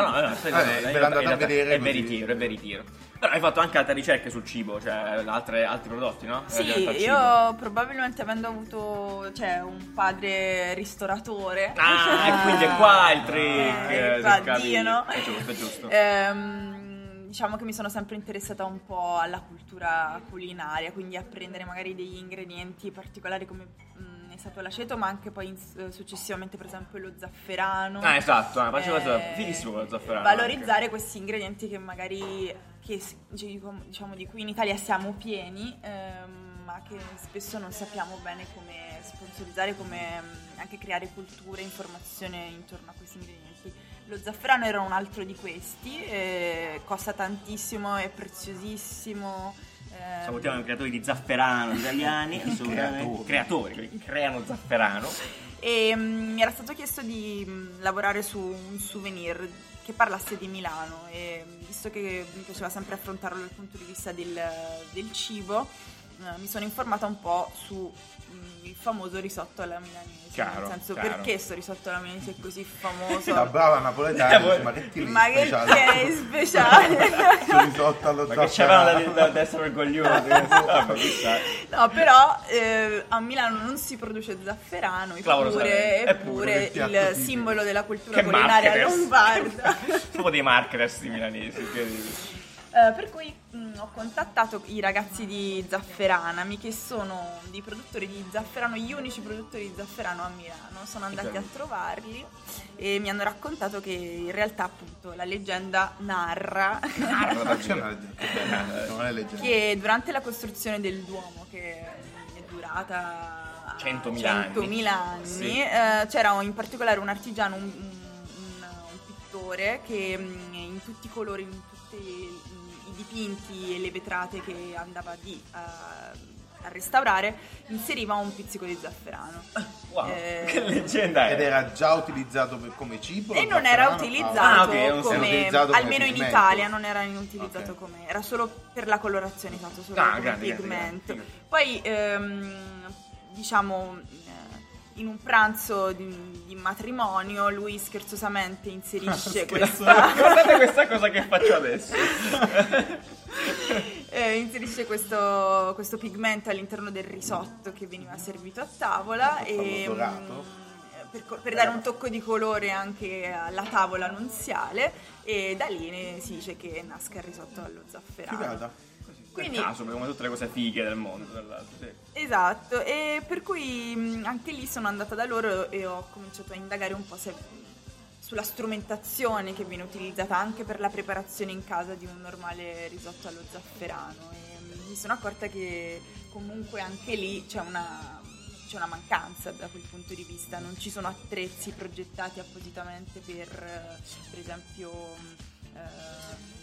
Speaker 2: No, no, no, stai-
Speaker 4: Eh,
Speaker 2: in
Speaker 4: ve
Speaker 2: realtà-
Speaker 4: l'andate
Speaker 2: in
Speaker 4: a
Speaker 2: realtà
Speaker 4: vedere
Speaker 2: È
Speaker 4: così.
Speaker 2: veritiero, è veritiero. Però hai fatto anche altre ricerche sul cibo, cioè altre- altri prodotti, no?
Speaker 5: Sì,
Speaker 2: Relativamente al cibo.
Speaker 5: io probabilmente avendo avuto cioè, un padre ristoratore.
Speaker 2: Ah, e quindi è qua il trick.
Speaker 5: Eh,
Speaker 2: eh,
Speaker 5: qua,
Speaker 2: del capito.
Speaker 5: Dio, no? Eh,
Speaker 2: È giusto, è giusto.
Speaker 5: ehm, diciamo che mi sono sempre interessata un po' alla cultura culinaria, quindi a prendere magari degli ingredienti particolari come mh, è stato l'aceto, ma anche poi in- eh, successivamente per esempio lo zafferano.
Speaker 2: Ah, esatto, ah, faccio questo.
Speaker 5: Eh,
Speaker 2: Fighissimo quello zafferano.
Speaker 5: Valorizzare questi ingredienti che magari, che s- dic- diciamo di cui in Italia siamo pieni, ehm, ma che spesso non sappiamo bene come sponsorizzare, come mm, anche creare cultura e informazione intorno a questi ingredienti. Lo zafferano era un altro di questi, eh, costa tantissimo, è preziosissimo. ehm,
Speaker 2: Salutiamo i creatori di zafferano italiani, assolutamente. Creatori, quelli che creano zafferano.
Speaker 5: e mm, mi era stato chiesto di mm, lavorare su un souvenir che parlasse di Milano e mm, visto che mi piaceva sempre affrontarlo dal punto di vista del, del cibo eh, mi sono informata un po' su mm, il famoso risotto alla milanese
Speaker 2: Chiaro,
Speaker 5: nel senso
Speaker 2: chiaro.
Speaker 5: perché sto risotto alla milanese è così
Speaker 4: La
Speaker 5: famoso
Speaker 4: brava napoletana dice, ma che ti
Speaker 5: Eh,
Speaker 4: diciamo,
Speaker 5: ma che è speciale
Speaker 4: risotto allo Ah,
Speaker 2: Ma che
Speaker 4: zafferano?"
Speaker 2: c'erano da, da essere orgogliosi. Ah, ma chissà.
Speaker 5: No, però eh, a Milano non si produce zafferano,
Speaker 2: Cavolo,
Speaker 5: eppure,
Speaker 2: sai,
Speaker 5: eppure
Speaker 4: eppure il piatto
Speaker 5: il
Speaker 4: tipico.
Speaker 5: simbolo della cultura
Speaker 2: Che
Speaker 5: culinaria
Speaker 2: marketers.
Speaker 5: lombarda.
Speaker 2: Sono dei marketers i milanesi. incredibile.
Speaker 5: Eh, per cui mh, ho contattato i ragazzi di Zafferanami, che sono dei produttori di Zafferano, gli unici produttori di Zafferano a Milano. Sono andati a
Speaker 2: Ok.
Speaker 5: trovarli e mi hanno raccontato che in realtà appunto la leggenda narra
Speaker 4: Ma la faccia non è- non è leggera.
Speaker 5: che durante la costruzione del Duomo, che è durata
Speaker 2: 100.000 anni.
Speaker 5: 100.000 anni,
Speaker 2: Sì.
Speaker 5: eh, c'era in particolare un artigiano, un, un- un pittore che mm, in tutti i colori, in tutti i, i dipinti e le vetrate che andava di a- a restaurare, inseriva un pizzico di zafferano.
Speaker 2: Wow,
Speaker 5: Eh,
Speaker 2: che leggenda è.
Speaker 4: Ed era già utilizzato per- come cibo?
Speaker 5: E
Speaker 4: lo
Speaker 5: non era
Speaker 4: zafferano?
Speaker 2: Ah,
Speaker 5: utilizzato
Speaker 2: ok, non si
Speaker 5: come,
Speaker 4: era utilizzato come
Speaker 5: almeno in
Speaker 4: pigmento.
Speaker 5: Italia non era utilizzato
Speaker 4: Ok.
Speaker 5: come era solo per la colorazione, esatto, solo
Speaker 2: Ah,
Speaker 5: come
Speaker 2: grande, grande,
Speaker 5: pigmento.
Speaker 2: grande.
Speaker 5: Poi ehm, diciamo eh, in un pranzo di, di matrimonio lui scherzosamente inserisce questa
Speaker 2: Guardate questa cosa che faccio adesso.
Speaker 5: eh, inserisce questo, questo pigmento all'interno del risotto che veniva servito a tavola
Speaker 4: Questo
Speaker 5: e,
Speaker 4: farlo dorato?
Speaker 5: mm, per, co- per dare un tocco di colore anche alla tavola nunziale e da lì ne- si dice che nasca il risotto allo zafferano.
Speaker 4: Figata.
Speaker 5: Quindi-
Speaker 2: Per caso, come tutte le cose fighe del mondo, tra l'altro, sì.
Speaker 4: Eh,
Speaker 5: Esatto, e mm, per cui mh, anche lì sono andata da loro e ho cominciato a indagare un po' se sulla strumentazione che viene utilizzata anche per la preparazione in casa di un normale risotto allo zafferano. E mm, mi sono accorta che comunque anche lì c'è una, c'è una mancanza da quel punto di vista, non ci sono attrezzi progettati appositamente per, eh, per esempio, mm, eh,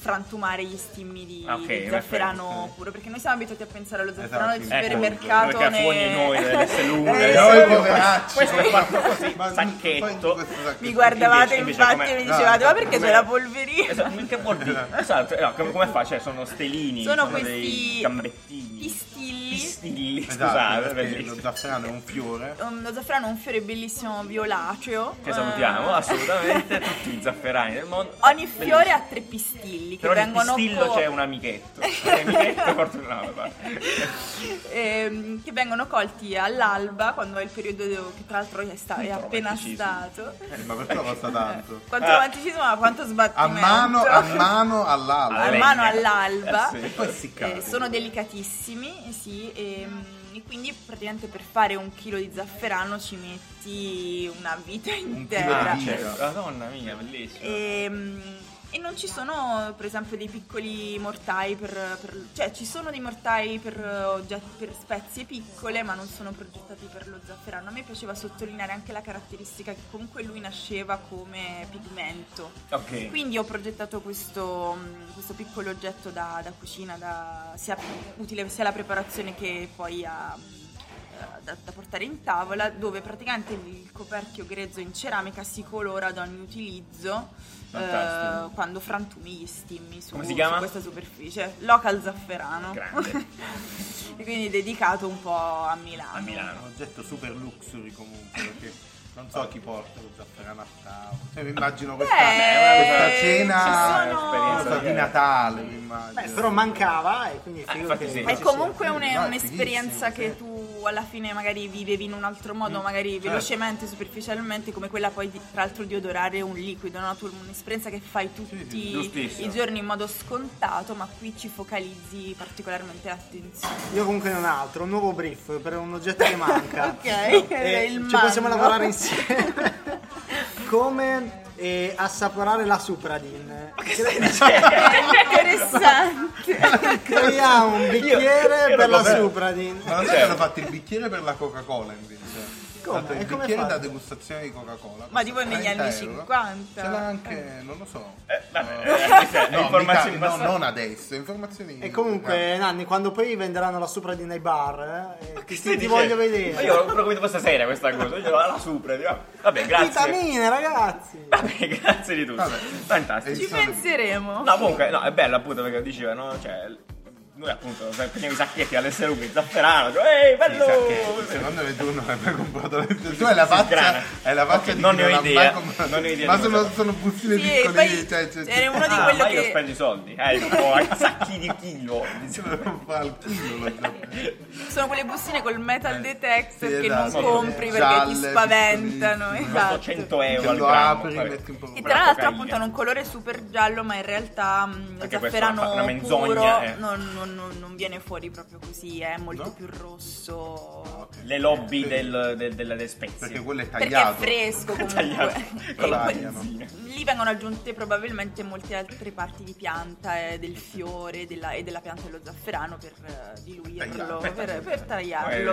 Speaker 5: frantumare gli stimmi di,
Speaker 2: Ah, ok,
Speaker 5: di
Speaker 2: perfetto,
Speaker 5: zafferano
Speaker 4: sì.
Speaker 5: puro, perché noi siamo abituati a pensare allo zafferano del
Speaker 4: sì. Ecco,
Speaker 5: supermercato.
Speaker 2: Esatto. perché a
Speaker 5: ne-
Speaker 2: fogni noi dell'S lunga,
Speaker 5: Eh,
Speaker 4: Eh,
Speaker 5: sì.
Speaker 4: noi poveracci.
Speaker 2: Questo è fatto così,
Speaker 4: Ma-
Speaker 2: sacchetto.
Speaker 4: questo sacchetto.
Speaker 5: Mi guardavate
Speaker 2: Invece- Ah, invece
Speaker 5: infatti
Speaker 2: com'è?
Speaker 5: e mi
Speaker 4: No,
Speaker 5: dicevate ma perché
Speaker 2: com'è?
Speaker 5: c'è la polverina?
Speaker 2: Esatto, che vuol dire? Esatto, no, come, come fa? Cioè, sono stelini, sono,
Speaker 5: Sono
Speaker 2: dei
Speaker 5: questi
Speaker 2: gambettini,
Speaker 5: pistilli.
Speaker 2: pistilli,
Speaker 4: Esatto,
Speaker 2: scusate,
Speaker 4: perché
Speaker 2: bellissimo.
Speaker 4: lo zafferano è un fiore.
Speaker 5: Um, Lo zafferano è un fiore bellissimo violaceo.
Speaker 2: Che salutiamo
Speaker 5: Eh,
Speaker 2: assolutamente tutti i zafferani del mondo.
Speaker 5: Ogni
Speaker 2: Bellissimo.
Speaker 5: fiore ha tre pistilli che
Speaker 2: Però nel
Speaker 5: vengono
Speaker 2: pistillo
Speaker 5: co- Eh,
Speaker 2: c'è un amichetto. Un amichetto fortunato. va.
Speaker 5: ehm, che vengono colti all'alba quando è il periodo che tra l'altro è, sta- è
Speaker 2: Quanto
Speaker 5: appena
Speaker 2: romanticismo.
Speaker 5: stato. Eh,
Speaker 4: Eh, ma perché costa tanto?
Speaker 5: Quanto
Speaker 2: Ah.
Speaker 5: romanticismo ma quanto sbattimento.
Speaker 4: Esatto. A mano, a mano all'alba.
Speaker 5: A
Speaker 2: Alla
Speaker 5: mano
Speaker 2: legna.
Speaker 5: all'alba.
Speaker 2: Eh sì.
Speaker 4: E poi si
Speaker 5: Eh, sono delicatissimi, eh sì, e, mm, e quindi praticamente per fare un chilo di zafferano ci metti una vita intera.
Speaker 2: Ah,
Speaker 4: Era.
Speaker 2: certo. Madonna mia, bellissimo.
Speaker 5: E, mm, e non ci sono, per esempio, dei piccoli mortai per, per- cioè ci sono dei mortai per, eh, oggetti- per spezie piccole, ma non sono progettati per lo zafferano. A me piaceva sottolineare anche la caratteristica che comunque lui nasceva come pigmento.
Speaker 2: Ok.
Speaker 5: Quindi ho progettato questo, mh, questo piccolo oggetto da, da cucina, da- sia utile sia alla preparazione che poi a, eh, da, da portare in tavola, dove praticamente il coperchio grezzo in ceramica si colora ad ogni utilizzo
Speaker 2: Fantastico.
Speaker 5: eh, quando frantumi gli stimmi su,
Speaker 2: Come si
Speaker 5: su
Speaker 2: chiama?
Speaker 5: questa superficie. Local zafferano.
Speaker 2: Grande.
Speaker 5: e quindi dedicato un po' a
Speaker 2: A
Speaker 5: Milano.
Speaker 4: È un
Speaker 2: Milano.
Speaker 4: oggetto super luxury comunque, perché non so chi porta lo zafferano a tavola. Cioè, mi immagino questa,
Speaker 5: Beh,
Speaker 4: questa
Speaker 5: ci
Speaker 4: cena
Speaker 5: sono-
Speaker 4: questa di Natale, mi immagino.
Speaker 3: Beh, però mancava e quindi è figo
Speaker 2: Eh, infatti
Speaker 3: che-
Speaker 2: sì.
Speaker 3: che
Speaker 5: È
Speaker 3: ci
Speaker 5: comunque
Speaker 4: sì,
Speaker 5: un-
Speaker 4: no, è fighissimo,
Speaker 5: un'esperienza che
Speaker 4: sì. Mm. Certo.
Speaker 5: tu alla fine magari vivevi in un altro modo, magari velocemente, superficialmente, come quella poi di- tra l'altro di odorare un liquido, no? Tu- un'esperienza che fai tutti
Speaker 2: giustissimo.
Speaker 5: i giorni in modo scontato, ma qui ci focalizzi particolarmente l'attenzione.
Speaker 3: sia. Io comunque non ho altro, un nuovo brief per un oggetto che manca.
Speaker 5: Ok,
Speaker 3: Eh,
Speaker 5: il
Speaker 3: ci possiamo
Speaker 5: mango.
Speaker 3: lavorare insieme. Come eh, assaporare la Supradin.
Speaker 5: Interessante.
Speaker 3: Creiamo un bicchiere
Speaker 2: io non
Speaker 3: per
Speaker 2: lo
Speaker 3: la
Speaker 2: vedo.
Speaker 3: Supradin.
Speaker 4: Ma non so che hanno fatto il bicchiere per la Coca-Cola invece.
Speaker 3: Come?
Speaker 4: Hanno fatto
Speaker 3: E
Speaker 4: Il
Speaker 3: come
Speaker 4: bicchiere
Speaker 3: fanno?
Speaker 4: da degustazione di Coca-Cola.
Speaker 5: Ma tipo
Speaker 4: costa
Speaker 5: negli anni
Speaker 4: 30 euro.
Speaker 5: 50.
Speaker 4: Ce l'ha anche, non lo so.
Speaker 2: Eh, vabbè, eh, queste
Speaker 4: No,
Speaker 2: informazioni
Speaker 4: mica- no,
Speaker 2: passate.
Speaker 4: non adesso, informazioni.
Speaker 3: E comunque, Nanni, quando poi venderanno la Supradin ai bar, eh, ti- ti,
Speaker 2: Dice-
Speaker 3: voglio
Speaker 2: Ma
Speaker 3: vedere.
Speaker 2: io l'ho proprio questa sera questa cosa. Io la supra. dico, "Ah, Vabbè, grazie.
Speaker 3: Vitamine, ragazzi.
Speaker 2: Vabbè, grazie di tutto.
Speaker 4: Vabbè. Eh,
Speaker 2: Fantastico.
Speaker 5: Ci penseremo.
Speaker 2: No, comunque, no, è bello appunto perché diceva, no? Cioè, noi appunto se prendiamo i sacchetti all'essere umili, zafferano, cioè, ehi, bello!
Speaker 4: Bello! Secondo me tu non hai mai comprato le Tu hai la faccia,
Speaker 2: grana.
Speaker 4: hai la faccia
Speaker 2: Ok,
Speaker 4: di
Speaker 2: non
Speaker 4: chi
Speaker 2: ne ho
Speaker 4: ha mai
Speaker 2: idea,
Speaker 4: comprato.
Speaker 2: non ne ho idea
Speaker 4: Ma
Speaker 2: di
Speaker 4: sono,
Speaker 2: cosa.
Speaker 4: sono bustine
Speaker 5: Sì,
Speaker 4: piccole.
Speaker 5: poi
Speaker 4: cioè, cioè,
Speaker 5: era uno di
Speaker 2: Ah,
Speaker 5: quello
Speaker 2: ma io
Speaker 5: che-
Speaker 2: spendo i soldi, eh, tipo, sacchi di chilo.
Speaker 4: un po' al chilo, lo so.
Speaker 5: Sono quelle bustine col metal
Speaker 4: Eh,
Speaker 5: detector
Speaker 4: sì,
Speaker 5: che
Speaker 4: esatto.
Speaker 5: non compri
Speaker 4: Eh,
Speaker 5: perché
Speaker 4: gialle,
Speaker 5: ti spaventano.
Speaker 4: pistolini.
Speaker 5: Esatto.
Speaker 2: 100 euro
Speaker 4: Te
Speaker 2: al
Speaker 4: lo
Speaker 2: grammo,
Speaker 4: apri,
Speaker 2: vabbè.
Speaker 4: metti un po'
Speaker 5: E
Speaker 4: Come
Speaker 5: tra l'altro
Speaker 2: cocaina.
Speaker 5: appunto hanno un colore super giallo, ma in realtà mh, lo
Speaker 2: Anche questa è una fa-
Speaker 5: zafferano
Speaker 2: una menzogna,
Speaker 5: puro
Speaker 2: eh.
Speaker 5: non, non- non- non viene fuori proprio così, è molto
Speaker 4: No?
Speaker 5: più rosso.
Speaker 2: Le lobby del, del, della- delle spezie.
Speaker 4: Perché quello è
Speaker 5: Perché è
Speaker 4: tagliato.
Speaker 5: fresco
Speaker 2: Tagliato
Speaker 5: comunque.
Speaker 2: con la
Speaker 4: Tagliano.
Speaker 2: benzina.
Speaker 5: Lì vengono aggiunte probabilmente molte altre parti di pianta, eh, del fiore della- e della pianta dello zafferano per eh, diluirlo,
Speaker 4: Tagliarlo.
Speaker 5: per, per tagliarlo.
Speaker 4: Eh,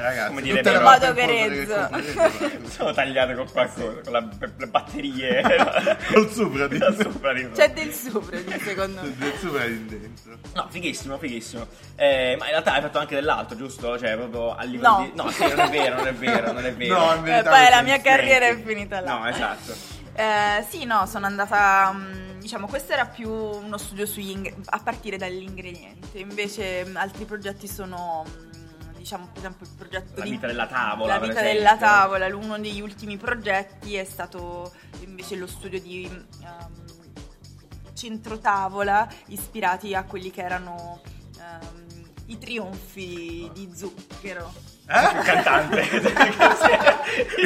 Speaker 4: ragazzi,
Speaker 2: Come
Speaker 4: tutte
Speaker 2: direbbe-
Speaker 4: le robe
Speaker 5: Vado
Speaker 4: in polvere
Speaker 5: grezzo.
Speaker 4: che comprerete,
Speaker 2: Sono tagliate con qualcosa, con la- le batterie. Con
Speaker 4: Col sopra di
Speaker 2: la sopra di-
Speaker 5: C'è del sopra, lì, secondo me.
Speaker 4: del sopra di dentro.
Speaker 2: No, fighissimo, fighissimo. Eh, ma in realtà hai fatto anche dell'altro, giusto? Cioè, proprio a livello
Speaker 5: No.
Speaker 2: di... No, sì, non è vero, non è vero, non è vero.
Speaker 4: No, in
Speaker 5: Eh,
Speaker 4: verità
Speaker 5: poi
Speaker 4: questo
Speaker 5: la
Speaker 4: è
Speaker 5: mia
Speaker 4: un segno.
Speaker 5: carriera è finita là.
Speaker 2: No, esatto.
Speaker 5: Eh, sì, no, sono andata. mh, Diciamo, questo era più uno studio sugli ing- a partire dall'ingrediente, invece mh, altri progetti sono, mh, diciamo, per esempio il progetto
Speaker 2: La
Speaker 5: di-
Speaker 2: vita della tavola,
Speaker 5: La
Speaker 2: per
Speaker 5: vita
Speaker 2: esempio.
Speaker 5: della tavola, l- uno degli ultimi progetti è stato invece lo studio di mm, ehm, centrotavola ispirati a quelli che erano ehm, i trionfi di zucchero.
Speaker 2: Eh? Il cantante. il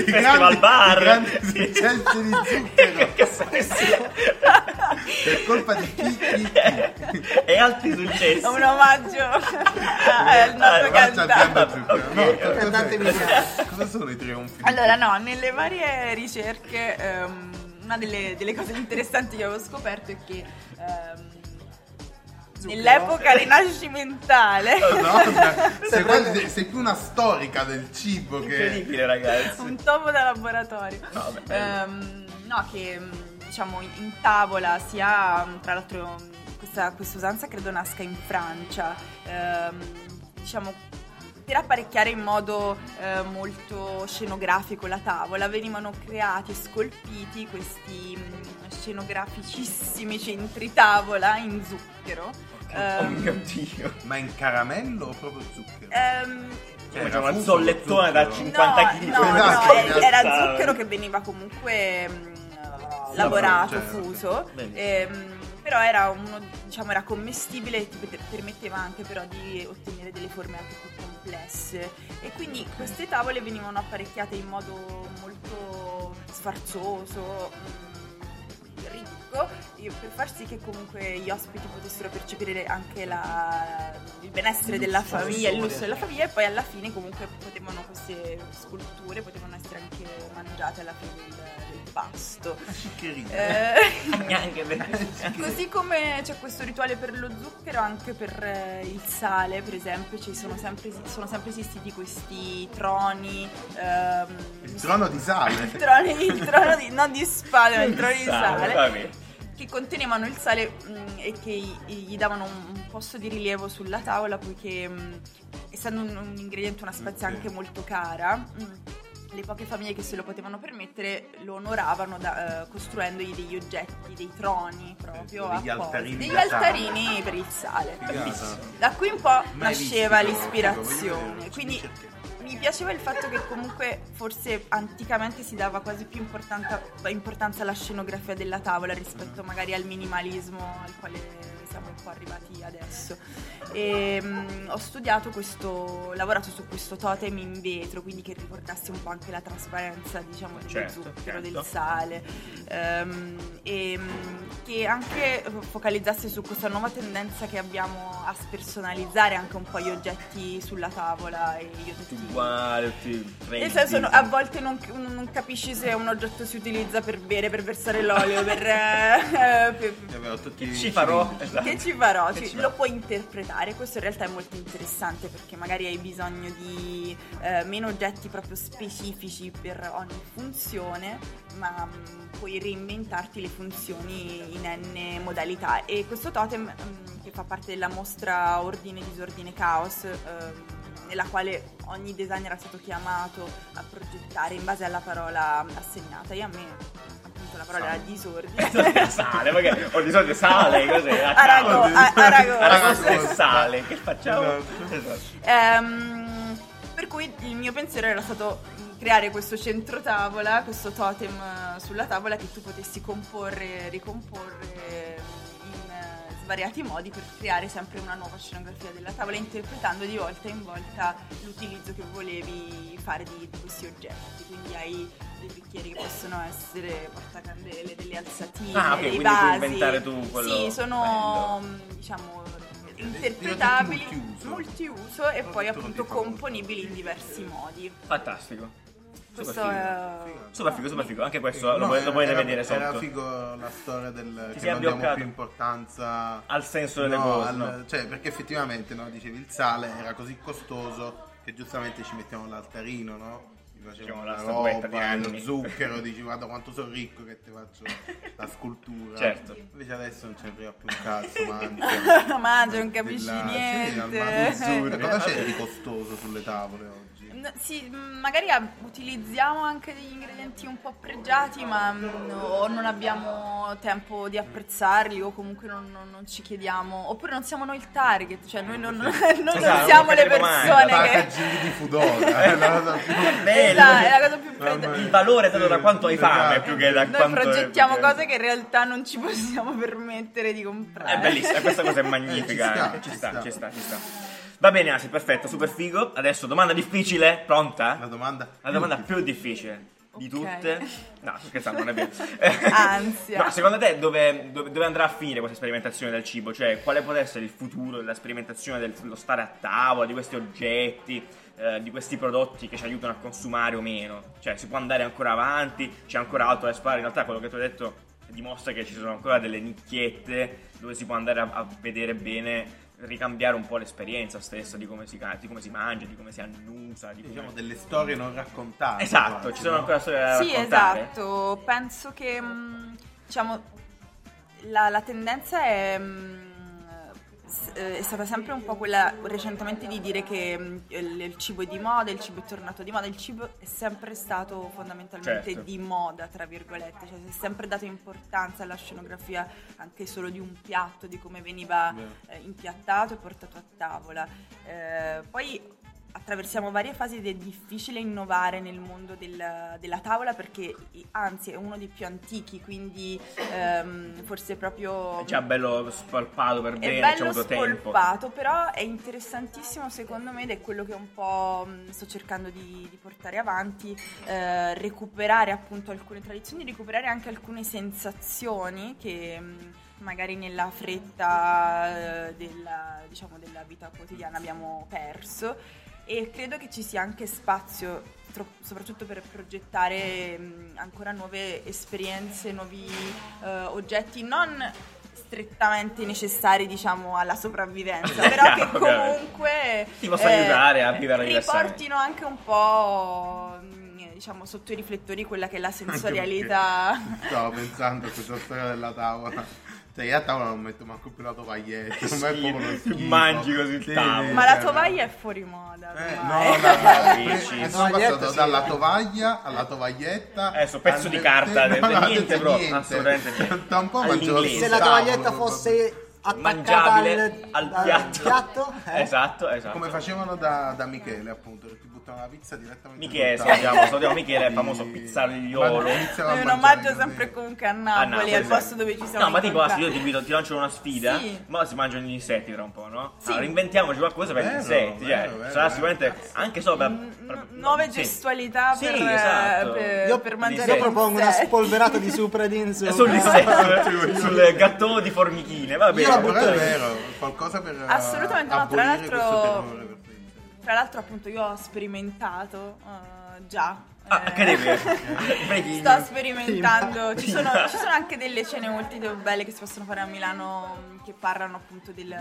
Speaker 2: festival
Speaker 4: grandi-
Speaker 2: bar.
Speaker 4: i grandi
Speaker 2: Sì.
Speaker 4: successi di zucchero.
Speaker 2: che se ne sia.
Speaker 4: Per colpa di chi, chi,
Speaker 2: e altri successi.
Speaker 5: È un omaggio al nostro
Speaker 2: Allora,
Speaker 4: Guarda, abbiamo
Speaker 5: cantante.
Speaker 4: tutto. No, cosa-
Speaker 3: Cantate
Speaker 4: cosa, cosa sono i trionfi? di-
Speaker 5: Allora, no, nelle varie ricerche, ehm, una delle, delle cose interessanti che avevo scoperto è che ehm, nell'epoca rinascimentale,
Speaker 4: No, cioè, ma- sei,
Speaker 3: proprio-
Speaker 4: quasi- sei più una storica del cibo che...
Speaker 2: Incredibile, ragazzi.
Speaker 5: un topo da laboratorio,
Speaker 2: No, beh, Ah, bello.
Speaker 5: Ehm, no, che mm, diciamo in, in tavola si ha, mm, tra l'altro mm, questa, questa usanza credo nasca in Francia, ehm, diciamo per apparecchiare in modo eh, molto scenografico la tavola venivano creati e scolpiti questi mm, scenograficissimi centri tavola in zucchero.
Speaker 2: Oh
Speaker 5: Ehm,
Speaker 2: mio dio.
Speaker 4: Ma in caramello o proprio zucchero? Cioè,
Speaker 5: ehm,
Speaker 2: Come
Speaker 4: era
Speaker 2: una
Speaker 4: fuso,
Speaker 2: zollettona da
Speaker 4: zucchero.
Speaker 2: 50 kg.
Speaker 5: No, no,
Speaker 4: Esatto,
Speaker 5: era-
Speaker 4: esatto.
Speaker 5: era zucchero che veniva comunque mh, lavorato,
Speaker 4: certo.
Speaker 5: fuso.
Speaker 2: Bene.
Speaker 5: ehm, però era uno, diciamo, era commestibile e ti per- permetteva anche però di ottenere delle forme anche più complesse. E quindi queste tavole venivano apparecchiate in modo molto sfarzoso. mh, ricco, eh, Per far sì che comunque gli ospiti potessero percepire anche la- il benessere della
Speaker 3: lusso,
Speaker 5: famiglia, il
Speaker 3: lusso,
Speaker 5: lusso della famiglia e poi alla fine comunque potevano queste sculture potevano essere anche mangiate alla fine del, del pasto.
Speaker 4: Chiccherino.
Speaker 5: Eh,
Speaker 2: Neanche per-
Speaker 5: Così come c'è questo rituale per lo zucchero, anche per eh, il sale, per esempio, ci sono sempre, sono sempre esistiti questi troni. ehm,
Speaker 4: Il trono di sale.
Speaker 5: il trono, il trono di, non di spade, ma il trono di
Speaker 2: Sale,
Speaker 5: sale
Speaker 2: vabbè.
Speaker 5: che contenevano il sale mh, e che i- gli davano un posto di rilievo sulla tavola poiché mh, essendo un, un ingrediente una spezia
Speaker 4: Ok.
Speaker 5: anche molto cara mh, le poche famiglie che se lo potevano permettere lo onoravano da- eh, costruendogli degli oggetti, dei troni proprio
Speaker 4: degli
Speaker 5: appositi,
Speaker 4: altarini
Speaker 5: degli
Speaker 4: da sale.
Speaker 5: altarini per il sale
Speaker 4: Figata.
Speaker 5: da qui un po'
Speaker 4: Cioè, Mai
Speaker 5: nasceva
Speaker 4: visto, però, voglio cioè,
Speaker 5: l'ispirazione
Speaker 4: vedere,
Speaker 5: quindi
Speaker 4: ci cerchiamo.
Speaker 5: mi piaceva il fatto che comunque forse anticamente si dava quasi più importanza, importanza alla scenografia della tavola rispetto magari al minimalismo al quale siamo un po' arrivati adesso. E, mm, ho studiato questo, ho lavorato su questo totem in vetro, quindi che ricordasse un po' anche la trasparenza, diciamo, del
Speaker 2: Certo,
Speaker 5: zucchero,
Speaker 2: certo.
Speaker 5: del sale, ehm, e mm, che anche focalizzasse su questa nuova tendenza che abbiamo a spersonalizzare anche un po' gli oggetti sulla tavola e gli oggetti
Speaker 2: Tutti uguali, tutti
Speaker 5: nel
Speaker 2: prendi.
Speaker 5: senso, no, a volte non, non capisci se un oggetto si utilizza per bere, per versare l'olio, per, eh, per-
Speaker 4: Io avevo tutti
Speaker 2: Che
Speaker 4: i
Speaker 2: ci farò?
Speaker 4: cilindri.
Speaker 2: Esatto.
Speaker 5: Che ci farò?
Speaker 2: Che
Speaker 5: Ci-
Speaker 2: ci
Speaker 5: lo
Speaker 2: farò?
Speaker 5: puoi interpretare. Questo in realtà è molto interessante perché magari hai bisogno di eh, meno oggetti proprio specifici per ogni funzione, ma mm, puoi reinventarti le funzioni in n modalità. E questo totem, mm, che fa parte della mostra Ordine, Disordine, Caos. ehm, nella quale ogni designer è stato chiamato a progettare in base alla parola assegnata. E a me, appunto, la parola era disordine.
Speaker 2: sale, perché ho di solito sale, cos'è? A
Speaker 5: Arago-
Speaker 2: cavolo.
Speaker 5: a- aragosta.
Speaker 2: Aragosta e sale, che facciamo?
Speaker 4: Esatto.
Speaker 2: Esatto.
Speaker 5: Ehm, per cui il mio pensiero era stato creare questo centro tavola, questo totem eh, sulla tavola che tu potessi comporre e ricomporre eh, in eh, svariati modi per creare sempre una nuova scenografia della tavola, interpretando di volta in volta l'utilizzo che volevi fare di, di questi oggetti. Quindi hai dei bicchieri che possono essere portacandele, delle alzatine,
Speaker 2: Ah, ok,
Speaker 5: dei
Speaker 2: quindi puoi
Speaker 5: vasi.
Speaker 2: inventare tu quello-
Speaker 5: Sì, sono mh, diciamo interpretabili,
Speaker 4: Dico tutti multiuso.
Speaker 5: multiuso e
Speaker 4: Ho
Speaker 5: poi
Speaker 4: detto
Speaker 5: appunto
Speaker 4: non ti fa molto.
Speaker 5: componibili in diversi modi.
Speaker 2: Fantastico.
Speaker 5: Questo
Speaker 2: figo.
Speaker 5: è
Speaker 2: Super figo, super figo. Anche questo
Speaker 4: No, eh,
Speaker 2: lo, puoi- lo puoi
Speaker 4: era-
Speaker 2: rivedere sotto.
Speaker 4: Era figo la storia del che
Speaker 2: sei
Speaker 4: non diamo
Speaker 2: bloccato.
Speaker 4: più importanza
Speaker 2: Al senso delle
Speaker 4: no,
Speaker 2: cose,
Speaker 4: al-
Speaker 2: no.
Speaker 4: cioè, perché effettivamente, no, dicevi il sale era così costoso che giustamente ci mettiamo l'altarino, no? Ci
Speaker 2: Facciamo
Speaker 4: facevamo
Speaker 2: la
Speaker 4: la
Speaker 2: statuetta di
Speaker 4: roba, lo
Speaker 2: anni.
Speaker 4: zucchero, dici guarda quanto sono ricco che ti faccio la scultura.
Speaker 2: Certo.
Speaker 4: Invece adesso non c'è più un cazzo, ma anzi,
Speaker 5: Mangio, non capisci
Speaker 4: della- sì, al
Speaker 5: niente.
Speaker 4: manzo- Cosa c'è di costoso sulle tavole oggi?
Speaker 5: No, Sì, mh, magari a- utilizziamo anche degli ingredienti un po' pregiati, ma mh, o non abbiamo tempo di apprezzarli, o comunque non, non- non ci chiediamo, oppure non siamo noi il target, cioè noi non, noi non
Speaker 2: Esatto,
Speaker 5: siamo le
Speaker 2: non capiremo mai.
Speaker 5: persone che.
Speaker 4: packaging di Fudora è la cosa più
Speaker 2: Bello.
Speaker 5: Esatto, è la cosa più pregiata.
Speaker 2: Il valore è dato da quanto hai fame più che da
Speaker 5: Noi
Speaker 2: quanto.
Speaker 5: progettiamo
Speaker 2: è-
Speaker 5: cose che in realtà non ci possiamo permettere di comprare.
Speaker 2: È bellissima, questa cosa è
Speaker 4: Eh, ci
Speaker 2: magnifica.
Speaker 4: sta,
Speaker 2: eh. Ci
Speaker 4: ci
Speaker 2: sta,
Speaker 4: sta.
Speaker 2: ci sta, ci sta. Va bene, Asi, perfetto, super figo. Adesso domanda difficile, pronta?
Speaker 4: La domanda
Speaker 2: La domanda più difficile. Di
Speaker 5: Ok.
Speaker 2: tutte? No, sto scherzando, non è vero.
Speaker 5: Ansia.
Speaker 2: No, secondo te dove, dove- dove andrà a finire questa sperimentazione del cibo? Cioè, quale può essere il futuro della sperimentazione del- dello stare a tavola, di questi oggetti, eh, di questi prodotti che ci aiutano a consumare o meno? Cioè, si può andare ancora avanti, c'è ancora altro da esplorare. In realtà quello che tu hai detto dimostra che ci sono ancora delle nicchiette dove si può andare a, a vedere bene, ricambiare un po' l'esperienza stessa di come si, ca- di come si mangia, di come si annusa, di come...
Speaker 4: Diciamo delle storie non raccontate.
Speaker 2: Esatto,
Speaker 4: quasi,
Speaker 2: ci sono
Speaker 4: no?
Speaker 2: ancora storie da
Speaker 5: Sì,
Speaker 2: raccontare.
Speaker 5: esatto. Penso che mh, diciamo la, la tendenza è, mh, s- eh, è stata sempre un po' quella recentemente di dire che mh, il, il cibo è di moda, il cibo è tornato di moda, il cibo è sempre stato fondamentalmente
Speaker 2: Certo.
Speaker 5: di moda, tra virgolette, cioè si è sempre dato importanza alla scenografia anche solo di un piatto, di come veniva
Speaker 4: Vero.
Speaker 5: eh, impiattato e portato a tavola. Eh, poi attraversiamo varie fasi ed è difficile innovare nel mondo del- della tavola perché i- anzi è uno dei più antichi, quindi ehm, forse proprio...
Speaker 2: È Eh, già bello spalpato per
Speaker 5: È
Speaker 2: bene, ci ha
Speaker 5: bello
Speaker 2: avuto tempo.
Speaker 5: spolpato, però è interessantissimo secondo me ed è quello che un po' mh, sto cercando di, di portare avanti, eh, recuperare appunto alcune tradizioni, recuperare anche alcune sensazioni che mm, mh, magari nella fretta eh, della, diciamo, della vita quotidiana abbiamo perso e credo che ci sia anche spazio tro- soprattutto per progettare mh, ancora nuove esperienze, nuovi eh, oggetti non strettamente necessari diciamo alla sopravvivenza, però che
Speaker 2: Chiaro, chiaro.
Speaker 5: comunque eh,
Speaker 2: Ti possono aiutare a vivere diversamente.
Speaker 5: riportino anche un po' mh, diciamo sotto i riflettori quella che è la sensorialità.
Speaker 4: Anche perché Stavo pensando a questa storia della tavola. Cioè, io a tavola non metto manco più la tovaglietta.
Speaker 2: Che
Speaker 4: ormai è
Speaker 2: schifo.
Speaker 4: proprio uno schifo.
Speaker 2: Mangi così il tavolo.
Speaker 5: Ma la
Speaker 4: cioè,
Speaker 5: tovaglia è fuori moda.
Speaker 4: Eh,
Speaker 5: ormai.
Speaker 4: no, no,
Speaker 2: Amici.
Speaker 4: no, Eh, sono
Speaker 3: Tovaglietta,
Speaker 4: passato
Speaker 3: sì.
Speaker 4: dalla tovaglia alla tovaglietta.
Speaker 2: Adesso, Eh, pezzo di
Speaker 4: al-
Speaker 2: carta,
Speaker 4: no,
Speaker 2: niente,
Speaker 4: no, adesso
Speaker 2: bro, assolutamente niente.
Speaker 4: Tra un po' mangio
Speaker 2: All'inglese.
Speaker 3: Se
Speaker 4: sul
Speaker 3: la
Speaker 4: tavolo,
Speaker 3: tovaglietta
Speaker 4: proprio.
Speaker 3: fosse attaccata
Speaker 2: Mangiabile
Speaker 3: al,
Speaker 2: al
Speaker 3: al
Speaker 2: piatto.
Speaker 3: eh?
Speaker 2: Esatto, esatto.
Speaker 4: Come facevano da, da Michele, appunto, che ti buttavano la pizza direttamente
Speaker 2: Michele,
Speaker 4: sul tavolo.
Speaker 2: salutiamo- salutiamo Michele, il
Speaker 4: Sì.
Speaker 2: famoso pizzaiolo.
Speaker 4: Ma iniziano a
Speaker 5: Noi un
Speaker 4: mangiare
Speaker 5: omaggio
Speaker 4: così.
Speaker 5: sempre comunque a
Speaker 2: A
Speaker 5: Napoli,
Speaker 2: Napoli,
Speaker 5: al
Speaker 2: esatto.
Speaker 5: posto dove ci
Speaker 2: No,
Speaker 5: siamo
Speaker 2: ma tipo,
Speaker 5: incontrati.
Speaker 2: guarda, io ti, invito- ti lancio una sfida.
Speaker 5: Sì.
Speaker 2: Ma si mangiano gli insetti tra un po', no?
Speaker 5: Sì.
Speaker 2: Allora, inventiamoci qualcosa per gli
Speaker 4: Vero,
Speaker 2: insetti. cioè,
Speaker 4: vero, vero,
Speaker 2: sarà
Speaker 4: vero.
Speaker 2: sicuramente anche solo per.
Speaker 5: N-
Speaker 2: per-
Speaker 5: Mm, nuove
Speaker 2: sì.
Speaker 5: gestualità
Speaker 2: Sì,
Speaker 5: per,
Speaker 2: esatto.
Speaker 5: per,
Speaker 2: Io-
Speaker 5: per
Speaker 2: Sì.
Speaker 5: mangiare
Speaker 3: Io
Speaker 5: gli
Speaker 3: propongo una
Speaker 5: insetti.
Speaker 3: spolverata di supradin su.
Speaker 2: Eh, Sugli insetti, sul gattone di formichine, va bene.
Speaker 4: Io la butto
Speaker 2: dai.
Speaker 4: è vero, qualcosa per eh,
Speaker 5: Assolutamente, no, tra
Speaker 4: abolire
Speaker 5: l'altro-
Speaker 4: questo terrore per te.
Speaker 5: Tra l'altro appunto io ho sperimentato eh, già.
Speaker 2: Ah,
Speaker 5: eh,
Speaker 2: anche devi. Breaking
Speaker 5: Sto
Speaker 2: news.
Speaker 5: sperimentando, ci sono, ci sono anche delle cene molto belle che si possono fare a Milano mh, che parlano appunto del,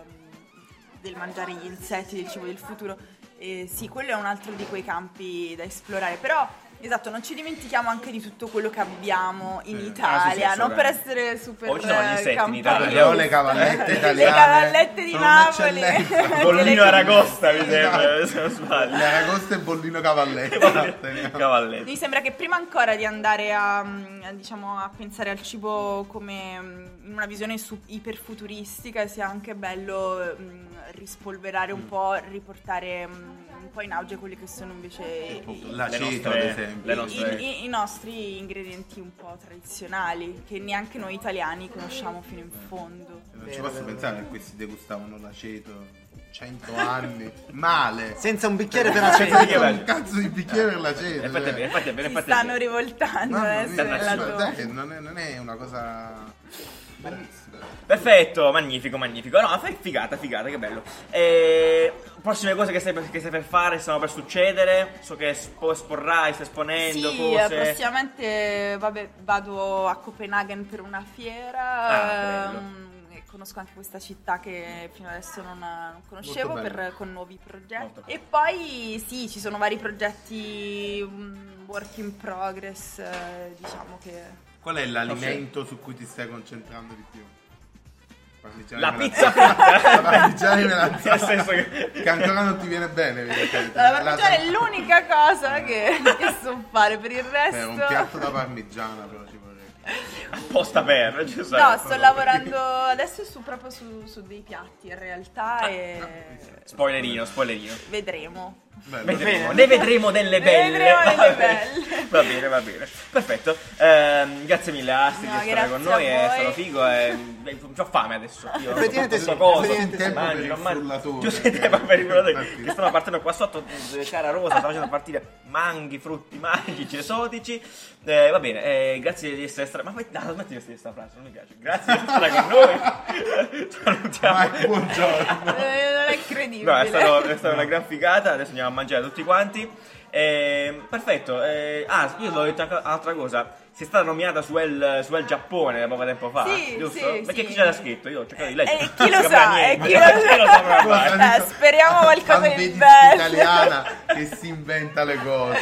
Speaker 5: mh, del mangiare gli insetti, del cibo del futuro. E sì, quello è un altro di quei campi da esplorare, però esatto, non ci dimentichiamo anche di tutto quello che abbiamo in
Speaker 4: Sì.
Speaker 2: Ah, sì, sì,
Speaker 5: Italia, non per
Speaker 2: assolutamente.
Speaker 5: essere super eh,
Speaker 2: Oh, ci sono gli insetti in
Speaker 5: campani.
Speaker 2: Italia.
Speaker 4: Abbiamo le cavallette italiane.
Speaker 5: Le cavallette di
Speaker 4: sono
Speaker 5: Napoli.
Speaker 4: un'eccellenza.
Speaker 2: Bollino Aragosta, mi
Speaker 4: Sì,
Speaker 2: sembra,
Speaker 4: no.
Speaker 2: se non
Speaker 4: Le
Speaker 2: sbaglio.
Speaker 4: aragoste e bollino
Speaker 2: Esatto,
Speaker 4: esatto, cavalletta. Teniamo.
Speaker 2: Cavalletti.
Speaker 5: Mi sembra che prima ancora di andare a, mm, a, diciamo, a pensare al cibo come mm, in una visione su- iperfuturistica sia anche bello mm, rispolverare
Speaker 4: Mm.
Speaker 5: un po', riportare mm, un po' in auge quelli che sono invece i,
Speaker 4: La
Speaker 2: Le
Speaker 4: ceto, ad
Speaker 2: nostre-
Speaker 4: esempio.
Speaker 2: le nostre-
Speaker 5: i- i- i nostri ingredienti un po' tradizionali che neanche noi italiani conosciamo fino in fondo.
Speaker 4: Non ci posso pensare che questi degustavano l'aceto 100 anni male. Cioè,
Speaker 3: Senza un bicchiere per
Speaker 2: Sì, sì,
Speaker 3: accettare.
Speaker 2: che bello.
Speaker 4: un cazzo di bicchiere per
Speaker 2: Eh,
Speaker 4: l'aceto.
Speaker 2: Infatti è
Speaker 4: cioè.
Speaker 2: bene, infatti è bene,
Speaker 5: Si
Speaker 2: infatti è
Speaker 5: stanno
Speaker 2: bene.
Speaker 5: rivoltando eh,
Speaker 4: Mamma
Speaker 5: adesso
Speaker 4: mia,
Speaker 5: nella
Speaker 4: cioè,
Speaker 5: tua-
Speaker 4: dai, che non è, non è una cosa bellissima.
Speaker 2: Perfetto, magnifico, magnifico. No, fai- figata, figata, che bello. E... Prossime cose che stai, per, che stai per fare, stanno per succedere. So che spo- esporrai, stai esponendo
Speaker 5: Sì, eh,
Speaker 2: cose.
Speaker 5: prossimamente vabbè, vado a Copenaghen per una fiera.
Speaker 2: Ah, bello.
Speaker 5: ehm, e conosco anche questa città che fino adesso non, non conoscevo
Speaker 4: Molto bello.
Speaker 5: per- con nuovi
Speaker 2: Molto
Speaker 5: progetti.
Speaker 2: bello.
Speaker 5: E poi sì, ci sono vari progetti mm, work in progress, eh, diciamo che.
Speaker 4: Qual è l'alimento su cui ti stai concentrando di più? Parmigiani
Speaker 2: La
Speaker 4: melanzane.
Speaker 2: pizza fritta.
Speaker 4: La parmigiana e melanzane.
Speaker 2: Nel senso che-
Speaker 4: Che ancora non ti viene bene, evidentemente.
Speaker 5: La parmigiana è
Speaker 4: La-
Speaker 5: l'unica cosa che, che so fare, per il
Speaker 4: Per Eh, un
Speaker 5: resto.
Speaker 4: piatto da parmigiana, però ci vorrei.
Speaker 2: Apposta per. ci sarà.
Speaker 5: No, sto lavorando adesso su, proprio su, su dei piatti in realtà e
Speaker 2: Spoilerino, spoilerino.
Speaker 5: vedremo.
Speaker 4: Bello.
Speaker 2: Vedremo,
Speaker 3: Bene.
Speaker 2: ne vedremo delle
Speaker 5: Ne
Speaker 2: belle.
Speaker 5: vedremo delle
Speaker 2: Va bene.
Speaker 5: belle.
Speaker 2: Va bene, va bene. Perfetto. Ehm, grazie mille a Astrid
Speaker 5: No,
Speaker 2: di stare con
Speaker 5: grazie a
Speaker 2: noi, è
Speaker 5: voi.
Speaker 2: stato figo e beh, ho fame adesso. Io
Speaker 3: Effettivamente sì,
Speaker 2: Cosa,
Speaker 3: effettivamente
Speaker 4: Eh, sì.
Speaker 2: mangi, non
Speaker 4: Tempo per il frullatore.
Speaker 2: mangi. Giusto il tempo per i frullatori
Speaker 4: Infatti.
Speaker 2: che stanno partendo qua sotto, eh, cara Rosa, sta facendo partire manghi, frutti magici, esotici. Eh, va bene, eh, grazie di essere stata. Ma poi- no, smetti di essere questa frase, non mi piace. Grazie di essere stata con noi. Salutiamo.
Speaker 4: Vai, buongiorno.
Speaker 5: Eh, non è credibile.
Speaker 2: No, è stata, è stata una gran figata, adesso andiamo a mangiare tutti quanti. Ehm, perfetto, eh, ah, io l'ho detto anche un'altra cosa. Sei stata nominata su El, su El Giappone poco tempo fa,
Speaker 5: Sì,
Speaker 2: giusto?
Speaker 5: sì,
Speaker 2: Perché
Speaker 5: sì.
Speaker 2: chi ce l'ha scritto? Io ho cercato di leggere.
Speaker 5: Eh, chi lo
Speaker 2: Non si capiva
Speaker 5: sa, eh,
Speaker 2: niente.
Speaker 5: chi lo sa.
Speaker 2: saprà mai.
Speaker 5: Eh, speriamo qualcosa di
Speaker 4: Alvedista
Speaker 5: bello.
Speaker 4: italiana che si inventa le cose.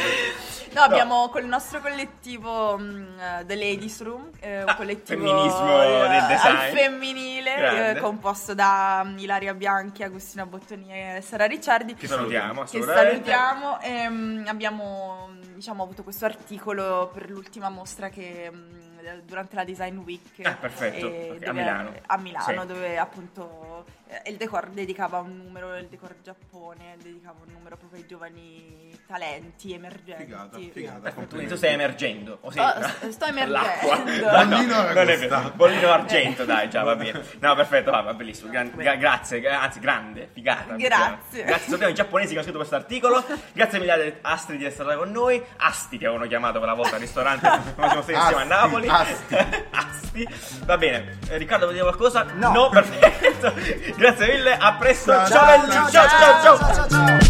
Speaker 5: No, abbiamo col nostro collettivo mh, eh, The Ladies Room, eh, un
Speaker 2: Ah,
Speaker 5: collettivo
Speaker 2: femminismo
Speaker 5: eh,
Speaker 2: del design.
Speaker 5: al femminile, eh,
Speaker 2: Grande.
Speaker 5: composto da mm, Ilaria Bianchi, Agustina Bottoni e Sara Ricciardi.
Speaker 2: Che salutiamo,
Speaker 5: che
Speaker 2: assolutamente.
Speaker 5: salutiamo e, mm, abbiamo mm, diciamo, avuto questo articolo per l'ultima mostra che mm, eh, durante la Design Week
Speaker 2: Ah, perfetto.
Speaker 5: eh,
Speaker 2: Ok, a
Speaker 5: dove-
Speaker 2: Milano.
Speaker 5: a Milano,
Speaker 2: Sì.
Speaker 5: dove appunto eh, il decor dedicava un numero il decor Giappone dedicava un numero proprio ai giovani talenti emergenti
Speaker 4: Figata, figata.
Speaker 5: Perfetto.
Speaker 2: Tu, tu stai emergendo, o sei?
Speaker 5: Oh, s- sto emergendo.
Speaker 2: L'acqua. No,
Speaker 4: Bollino
Speaker 2: no, non è
Speaker 4: aragosta.
Speaker 2: vero. Bollino argento, dai, già va bene. No, perfetto, va, va bellissimo. Gran- gra- grazie, gra- anzi, grande, figata.
Speaker 5: Grazie.
Speaker 2: perché- Grazie, salutiamo i giapponesi che hanno scritto questo articolo. Grazie mille a Astrid di essere stata con noi. Asti che avevano chiamato quella volta al ristorante quando siamo stati insieme a Napoli.
Speaker 4: Asti, Asti.
Speaker 2: Asti. Va bene. Eh, Riccardo, vuoi dire qualcosa?
Speaker 3: No.
Speaker 2: perfetto. grazie mille, a presto.
Speaker 4: Ciao,
Speaker 2: ciao, belli, ciao, ciao. ciao.
Speaker 3: ciao. ciao.